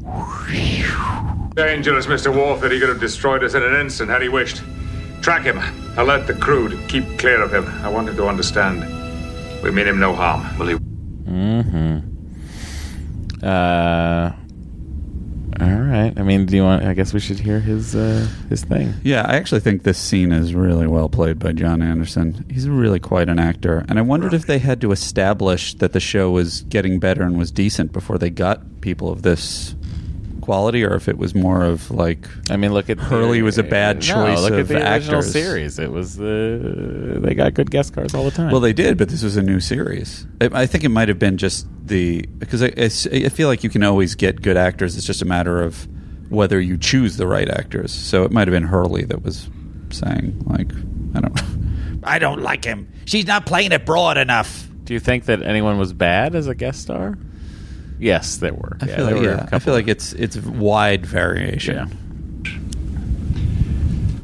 Speaker 18: Dangerous, Mr. Warford. He could have destroyed us in an instant had he wished. Track him. Alert the crew to keep clear of him. I want him to understand. We mean him no harm. Will he?
Speaker 2: Mm-hmm. Uh, all right. I mean, do you want? I guess we should hear his uh, his thing.
Speaker 1: Yeah, I actually think this scene is really well played by John Anderson. He's really quite an actor. And I wondered if they had to establish that the show was getting better and was decent before they got people of this quality, or if it was more of like.
Speaker 2: I mean, look at.
Speaker 1: Hurley was a bad
Speaker 2: No,
Speaker 1: choice
Speaker 2: look
Speaker 1: of
Speaker 2: at the original
Speaker 1: actors.
Speaker 2: series. It was the they got good guest stars all the time.
Speaker 1: Well, they did, but this was a new series. I, I think it might have been just the because I, I s- I feel like you can always get good actors. It's just a matter of whether you choose the right actors. So it might have been Hurley that was saying like, I don't. I don't like him. She's not playing it broad enough.
Speaker 2: Do you think that anyone was bad as a guest star? Yes, there were.
Speaker 1: I
Speaker 2: yeah,
Speaker 1: feel
Speaker 2: there
Speaker 1: like,
Speaker 2: were a
Speaker 1: yeah, I feel like it's it's wide variation.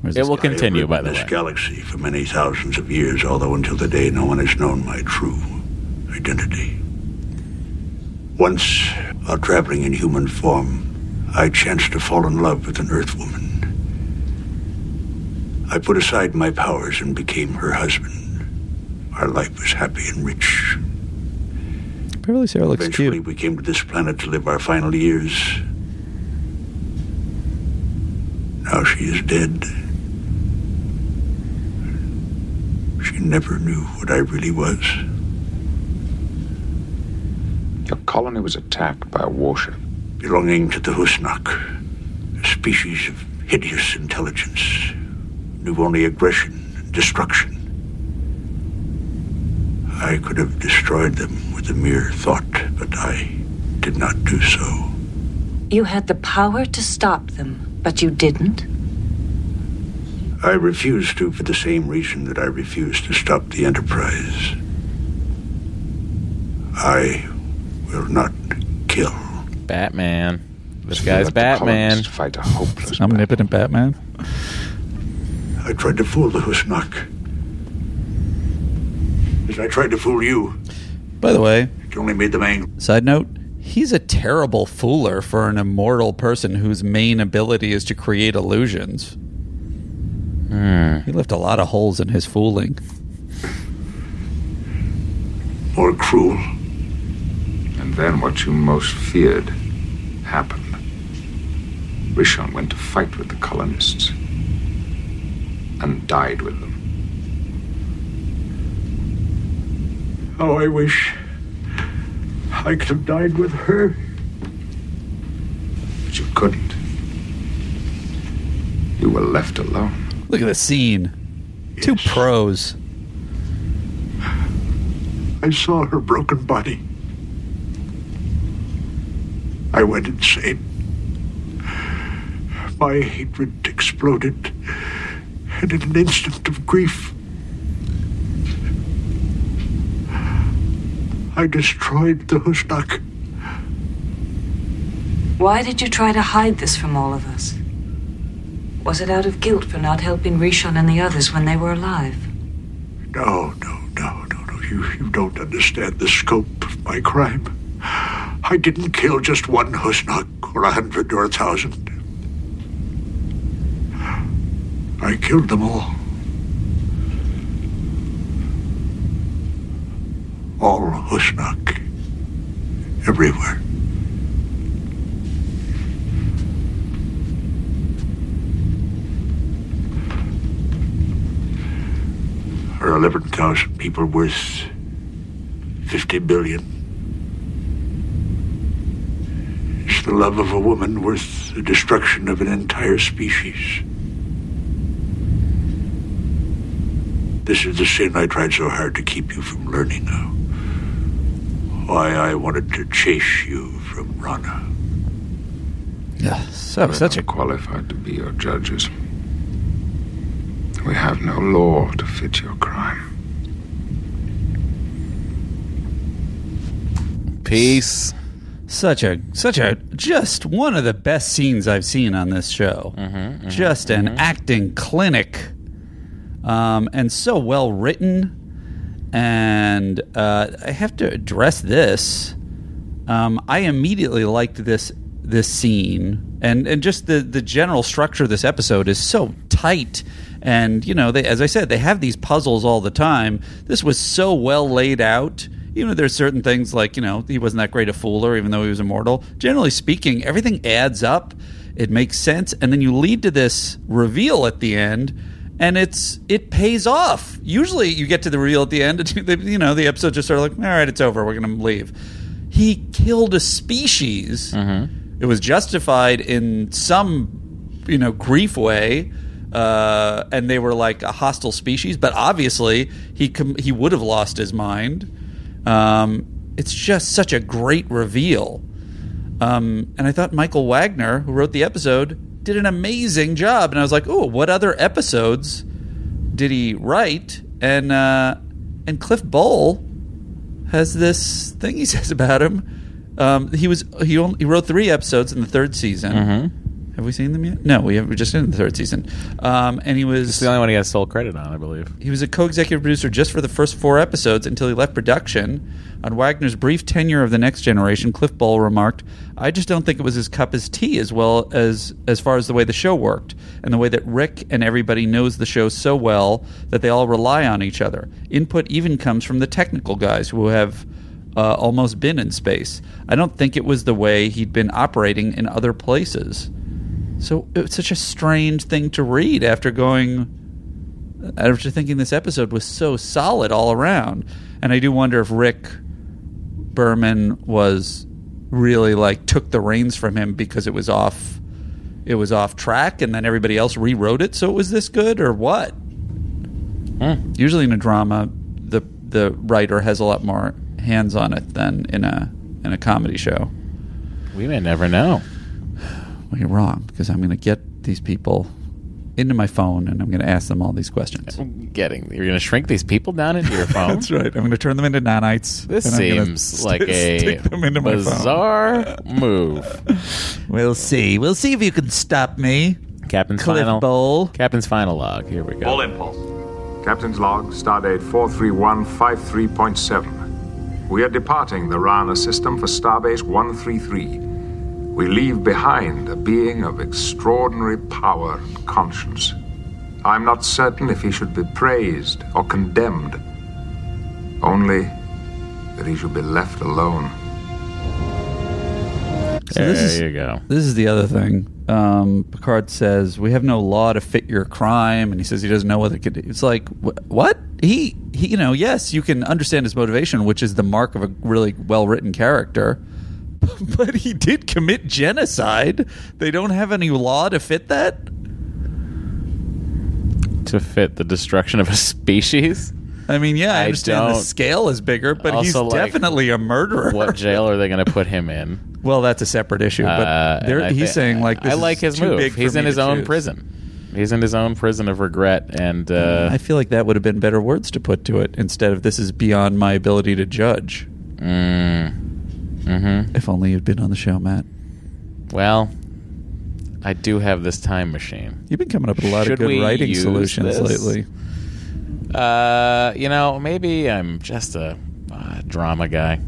Speaker 2: It will continue, by the
Speaker 19: this
Speaker 2: way.
Speaker 19: galaxy for many thousands of years, although until the day no one has known my true identity. Once, while traveling in human form, I chanced to fall in love with an Earth woman. I put aside my powers and became her husband. Our life was happy and rich.
Speaker 1: Beverly Sarah looks
Speaker 19: Eventually,
Speaker 1: cute.
Speaker 19: we came to this planet to live our final years. Now she is dead. She never knew what I really was.
Speaker 4: Your colony was attacked by a warship.
Speaker 19: Belonging to the Husnak, a species of hideous intelligence, knew only aggression and destruction. I could have destroyed them with a mere thought, but I did not do so.
Speaker 10: You had the power to stop them, but you didn't.
Speaker 19: I refused to for the same reason that I refused to stop the Enterprise. I will not kill.
Speaker 2: Batman. This
Speaker 19: So
Speaker 2: guy's
Speaker 19: let the
Speaker 2: Batman.
Speaker 19: colonists
Speaker 4: Fight a hopeless.
Speaker 1: Omnipotent Batman.
Speaker 19: I tried to fool the Husnak. As I tried to fool you,
Speaker 1: By the way,
Speaker 19: it only made them angry.
Speaker 1: Side note, he's a terrible fooler for an immortal person whose main ability is to create illusions.
Speaker 4: Hmm.
Speaker 1: He left a lot of holes in his fooling.
Speaker 19: More cruel.
Speaker 4: And then what you most feared happened. Rishon went to fight with the colonists and died with them.
Speaker 19: Oh, I wish I could have died with her.
Speaker 4: But you couldn't. You were left alone.
Speaker 1: Look at the scene. Two pros.
Speaker 19: I saw her broken body. I went insane. My hatred exploded, and in an instant of grief, I destroyed the Husnak.
Speaker 10: Why did you try to hide this from all of us? Was it out of guilt for not helping Rishon and the others when they were alive?
Speaker 19: No, no, no, no, no. You, you don't understand the scope of my crime. I didn't kill just one Husnak or a hundred or a thousand. I killed them all. All Husnak. Everywhere. Or 11,000 people worth 50 billion. Is the love of a woman worth the destruction of an entire species? This is the sin I tried so hard to keep you from learning now. Why I wanted to chase you from Rana.
Speaker 1: Yeah,
Speaker 4: We're not qualified to be your judges. We have no law to fit your crime.
Speaker 1: Peace. Such a such a just one of the best scenes I've seen on this show. just an acting clinic, um, and so well written. And uh, I have to address this. Um, I immediately liked this this scene, and and just the the general structure of this episode is so tight. And you know, they, as I said, they have these puzzles all the time. This was so well laid out. Even though there's certain things like you know he wasn't that great a fooler, even though he was immortal. Generally speaking, everything adds up. It makes sense, and then you lead to this reveal at the end, and it's it pays off. Usually, you get to the reveal at the end, and you you know the episode just sort of like, all right, it's over. We're going to leave. He killed a species. It was justified in some, you know, grief way, uh, and they were like a hostile species. But obviously, he com- he would have lost his mind. Um, it's just such a great reveal, um, and I thought Michael Wagner, who wrote the episode, did an amazing job. And I was like, oh, what other episodes did he write? And uh, and Cliff Bowl has this thing he says about him. Um, he was he only he wrote three episodes in the third season. Have we seen them yet? No, we have. We're just in the third season. Um, and he was the only
Speaker 2: one he has sole credit on, I believe.
Speaker 1: He was a co-executive producer just for the first four episodes until he left production. On Wagner's brief tenure of the Next Generation, Cliff Ball remarked, "I just don't think it was his cup as tea as well as as far as the way the show worked and the way that Rick and everybody knows the show so well that they all rely on each other. Input even comes from the technical guys who have." uh, almost been in space. I don't think it was the way he'd been operating in other places. So it's such a strange thing to read after going, after thinking this episode was so solid all around. And I do wonder if Rick Berman was really like took the reins from him because it was off, it was off track, and then everybody else rewrote it so it was this good or what?
Speaker 2: Hmm.
Speaker 1: Usually in a drama, the the writer has a lot more hands on it than in a in a comedy show.
Speaker 2: We may never know.
Speaker 1: Well, you're wrong because I'm going to get these people into my phone and I'm going to ask them all these questions.
Speaker 2: Uh, Getting you're going to shrink these people down into your phone.
Speaker 1: That's right. I'm going to turn them into nanites.
Speaker 2: This
Speaker 1: and I'm gonna
Speaker 2: seems
Speaker 1: st-
Speaker 2: like a
Speaker 1: stick them into my phone.
Speaker 2: bizarre move.
Speaker 1: We'll see. We'll see if you can stop me.
Speaker 2: Captain's
Speaker 1: Cliff
Speaker 2: final
Speaker 1: bowl.
Speaker 2: Captain's final log. Here we go.
Speaker 7: Full impulse. Captain's log, stardate 43153.7. We are departing the Rana system for starbase 133. We leave behind a being of extraordinary power and conscience. I'm not certain if he should be praised or condemned, only that he should be left alone.
Speaker 1: So this is- This is the other thing. Um, Picard says we have no law to fit your crime, and he says he doesn't know what it could. It's like wh- what he, he, you know, yes, you can understand his motivation, which is the mark of a really well written character. But he did commit genocide. They don't have any law to fit that.
Speaker 2: To fit the destruction of a species.
Speaker 1: I mean, yeah, I,
Speaker 2: I
Speaker 1: understand the
Speaker 2: don't-
Speaker 1: scale is bigger, but he's
Speaker 2: Also, like,
Speaker 1: definitely a murderer.
Speaker 2: What jail are they going to put him in? Uh,
Speaker 1: Well, that's a separate issue. But there, he's saying like this
Speaker 2: I like
Speaker 1: is
Speaker 2: his
Speaker 1: too
Speaker 2: move.
Speaker 1: big for
Speaker 2: He's in
Speaker 1: me
Speaker 2: his
Speaker 1: to
Speaker 2: own
Speaker 1: choose.
Speaker 2: prison. He's in his own prison of regret and uh,
Speaker 1: I feel like that would have been better words to put to it instead of this is beyond my ability to judge.
Speaker 2: Mm.
Speaker 1: Mm-hmm. If only you'd been on the show, Matt.
Speaker 2: Well, I do have this time machine.
Speaker 1: You've been coming up with a lot of good
Speaker 2: we
Speaker 1: writing
Speaker 2: use
Speaker 1: solutions lately.
Speaker 2: Uh, you know, maybe I'm just a uh, drama guy.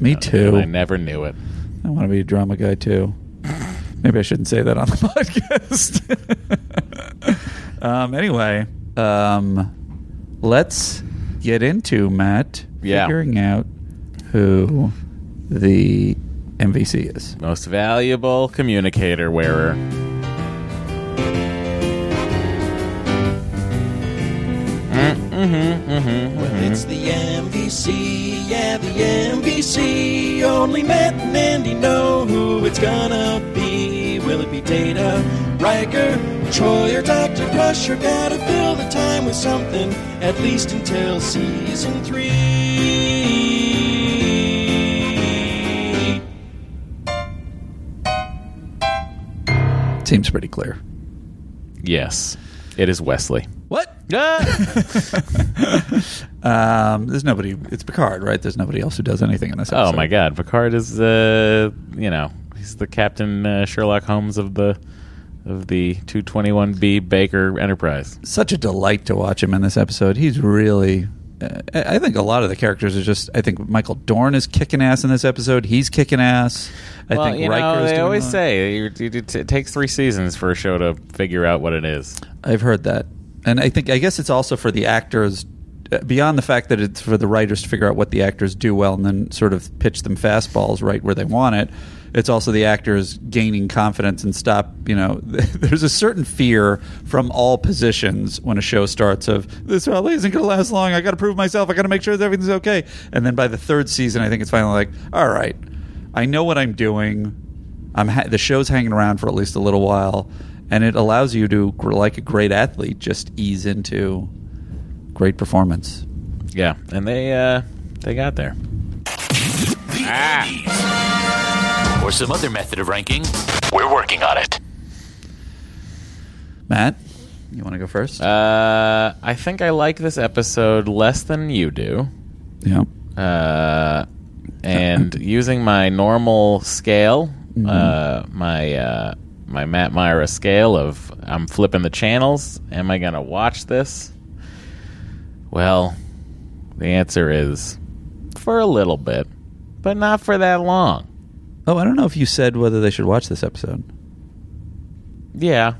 Speaker 1: Me
Speaker 2: Uh,
Speaker 1: too.
Speaker 2: and I never knew it.
Speaker 1: I want to be a drama guy too. Maybe I shouldn't say that on the podcast. um, anyway, um, let's get into Matt
Speaker 2: Yeah.
Speaker 1: figuring out who the MVC is.
Speaker 2: Most valuable communicator wearer. Mm-hmm, mm-hmm,
Speaker 22: It's the MVC, yeah, the MVC. Only Matt and Andy know who it's gonna be. Will it be Data, Riker, Troy, or Dr. Crusher? Gotta fill the time with something, at least until season three.
Speaker 1: Seems pretty clear.
Speaker 2: Yes, it is Wesley.
Speaker 1: What? um, there's nobody. It's Picard, right? There's nobody else who does anything in this.
Speaker 2: Oh
Speaker 1: Episode.
Speaker 2: my God, Picard is uh, you know he's the Captain uh, Sherlock Holmes of the of the 221B Baker Enterprise.
Speaker 1: Such a delight to watch him in this episode. He's really. Uh, I I think a lot of the characters are just. I think Michael Dorn is kicking ass in this episode. He's kicking ass. I
Speaker 2: well,
Speaker 1: think
Speaker 2: you
Speaker 1: Riker
Speaker 2: know,
Speaker 1: is
Speaker 2: they
Speaker 1: doing
Speaker 2: always
Speaker 1: well.
Speaker 2: say it, it- it takes three seasons for a show to figure out what it is.
Speaker 1: I've heard that, and I think I guess it's also for the actors. uh, Beyond the fact that it's for the writers to figure out what the actors do well and then sort of pitch them fastballs right where they want it, it's also the actors gaining confidence and stop. You know, there's a certain fear from all positions when a show starts of this probably isn't going to last long. I got to prove myself. I got to make sure that everything's okay. And then by the third season, I think it's finally like, all right, I know what I'm doing. I'm ha- the show's hanging around for at least a little while, and it allows you to, gr- like a great athlete, just ease into great performance.
Speaker 2: Yeah, and they uh, they got there.
Speaker 5: Ah. Or some other method of ranking. We're working on it.
Speaker 1: Matt, you want to go first?
Speaker 2: Uh, I think I like this episode less than you do.
Speaker 1: Yeah.
Speaker 2: Uh, and using my normal scale, uh, my uh, my Matt Myra scale of I'm flipping the channels. Am I gonna watch this? Well, the answer is for a little bit, but not for that long.
Speaker 1: Oh, I don't know if you said whether they should watch this episode.
Speaker 2: Yeah.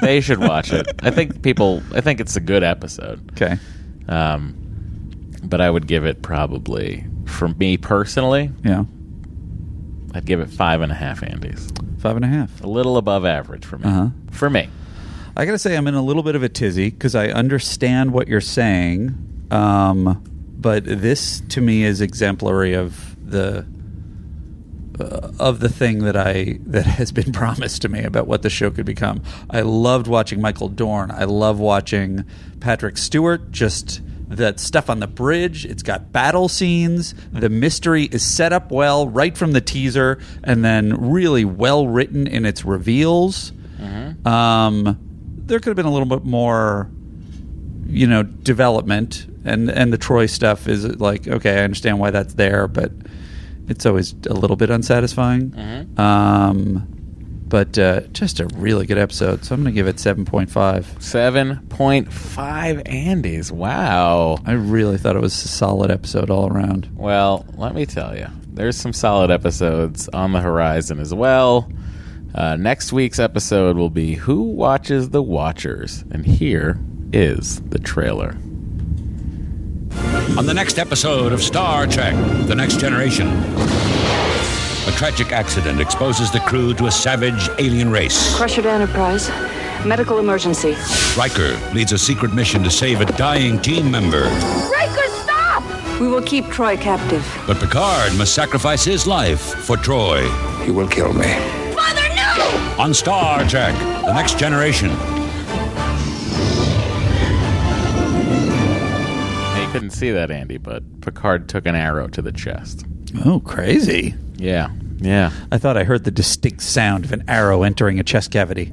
Speaker 2: they should watch it. I think people I think it's a good episode.
Speaker 1: Okay.
Speaker 2: Um but I would give it probably for me personally,
Speaker 1: Yeah,
Speaker 2: I'd give it five and a half Andes.
Speaker 1: five and a half.
Speaker 2: A little above average for me.
Speaker 1: Uh-huh.
Speaker 2: For me.
Speaker 1: I gotta say, I'm in a little bit of a tizzy because I understand what you're saying, um, but this to me is exemplary of the uh, of the thing that I that has been promised to me about what the show could become. I loved watching Michael Dorn. I love watching Patrick Stewart. Just that stuff on the bridge. It's got battle scenes. The mystery is set up well right from the teaser, and then really well written in its reveals. Um, there could have been a little bit more, you know, development, and and the Troy stuff is like okay, I understand why that's there, but it's always a little bit unsatisfying.
Speaker 2: Mhm.
Speaker 1: Um, but uh, just a really good episode, so I'm going to give it seven point five.
Speaker 2: Seven point five Andes. Wow.
Speaker 1: I really thought it was a solid episode all around.
Speaker 2: Well, let me tell you, there's some solid episodes on the horizon as well. Uh, next week's episode will be Who Watches the Watchers? And here is the trailer.
Speaker 16: On the next episode of Star Trek The Next Generation, a tragic accident exposes the crew to a savage alien race.
Speaker 17: Crusher to Enterprise. Medical emergency.
Speaker 16: Riker leads a secret mission to save a dying team member,
Speaker 17: Riker, stop! We will keep Troy captive.
Speaker 16: but Picard must sacrifice his life for Troy. He will kill me.
Speaker 17: Mother, no!
Speaker 16: On Star Trek The Next Generation,
Speaker 2: Now, you couldn't see that, Andy, but Picard took an arrow to the chest.
Speaker 1: Oh, crazy!
Speaker 2: Yeah, yeah.
Speaker 1: I thought I heard the distinct sound of an arrow entering a chest cavity.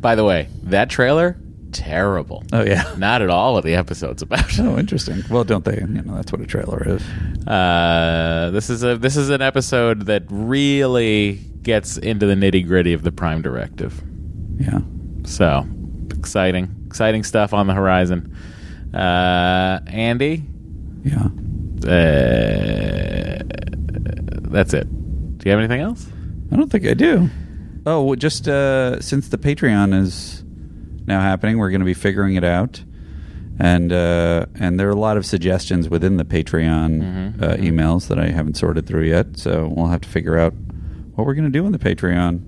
Speaker 2: By the way, that trailer, terrible.
Speaker 1: Oh, yeah.
Speaker 2: Not at all what the episode's about.
Speaker 1: Oh, interesting. Well, don't they? You know, that's what a trailer is.
Speaker 2: Uh, this is a this is an episode that really gets into the nitty gritty of the Prime Directive.
Speaker 1: Yeah.
Speaker 2: So exciting, exciting stuff on the horizon. Uh, Andy.
Speaker 1: Yeah.
Speaker 2: Uh, that's it. Do you have anything else?
Speaker 1: I don't think I do. Oh, well, just uh, since the Patreon is now happening, we're going to be figuring it out, and uh, and there are a lot of suggestions within the Patreon
Speaker 2: Mm-hmm,
Speaker 1: uh, emails that I haven't sorted through yet. So we'll have to figure out what we're going to do on the Patreon.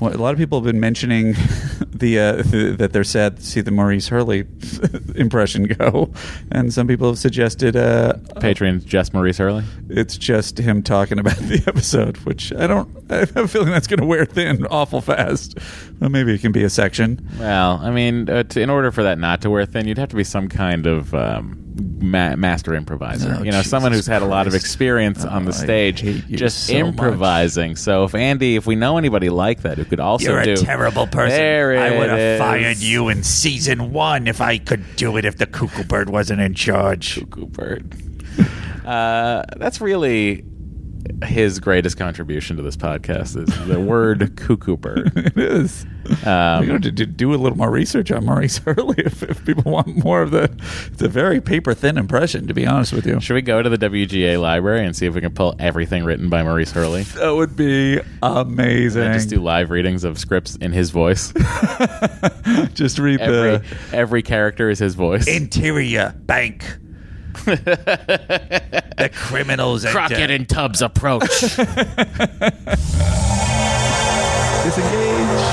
Speaker 1: Well, a lot of people have been mentioning the, uh, th that they're sad to see the Maurice Hurley impression go, and some people have suggested uh,
Speaker 2: Patreon's just Maurice Hurley.
Speaker 1: it's just him talking about the episode, which I don't. I have a feeling that's going to wear thin awful fast. Well, maybe it can be a section.
Speaker 2: Well, I mean, uh, to, in order for that not to wear thin, you'd have to be some kind of um, ma- master improviser. Oh, you know, someone who's Jesus had a lot of Christ. experience on the
Speaker 1: Oh, I
Speaker 2: stage,
Speaker 1: hate you
Speaker 2: just
Speaker 1: so much.
Speaker 2: improvising. So if Andy, if we know anybody like that who could also
Speaker 1: You're
Speaker 2: do
Speaker 1: a terrible person.
Speaker 2: There
Speaker 1: I
Speaker 2: it
Speaker 1: would have
Speaker 2: is.
Speaker 1: fired you in season one if I could do it if the cuckoo bird wasn't in charge.
Speaker 2: Cuckoo bird. Uh, that's really his greatest contribution to this podcast is the word cuckoo bird. it
Speaker 1: is.
Speaker 2: Um,
Speaker 1: you know, to, to do a little more research on Maurice Hurley if, if people want more of the. It's a very paper thin impression, to be honest with you.
Speaker 2: Should we go to the WGA library and see if we can pull everything written by Maurice Hurley?
Speaker 1: That would be amazing.
Speaker 2: And just do live readings of scripts in his voice.
Speaker 1: just read
Speaker 2: every, every character is his voice.
Speaker 1: Interior bank. the criminals enter.
Speaker 2: Crockett and Tubbs approach.
Speaker 1: Disengage.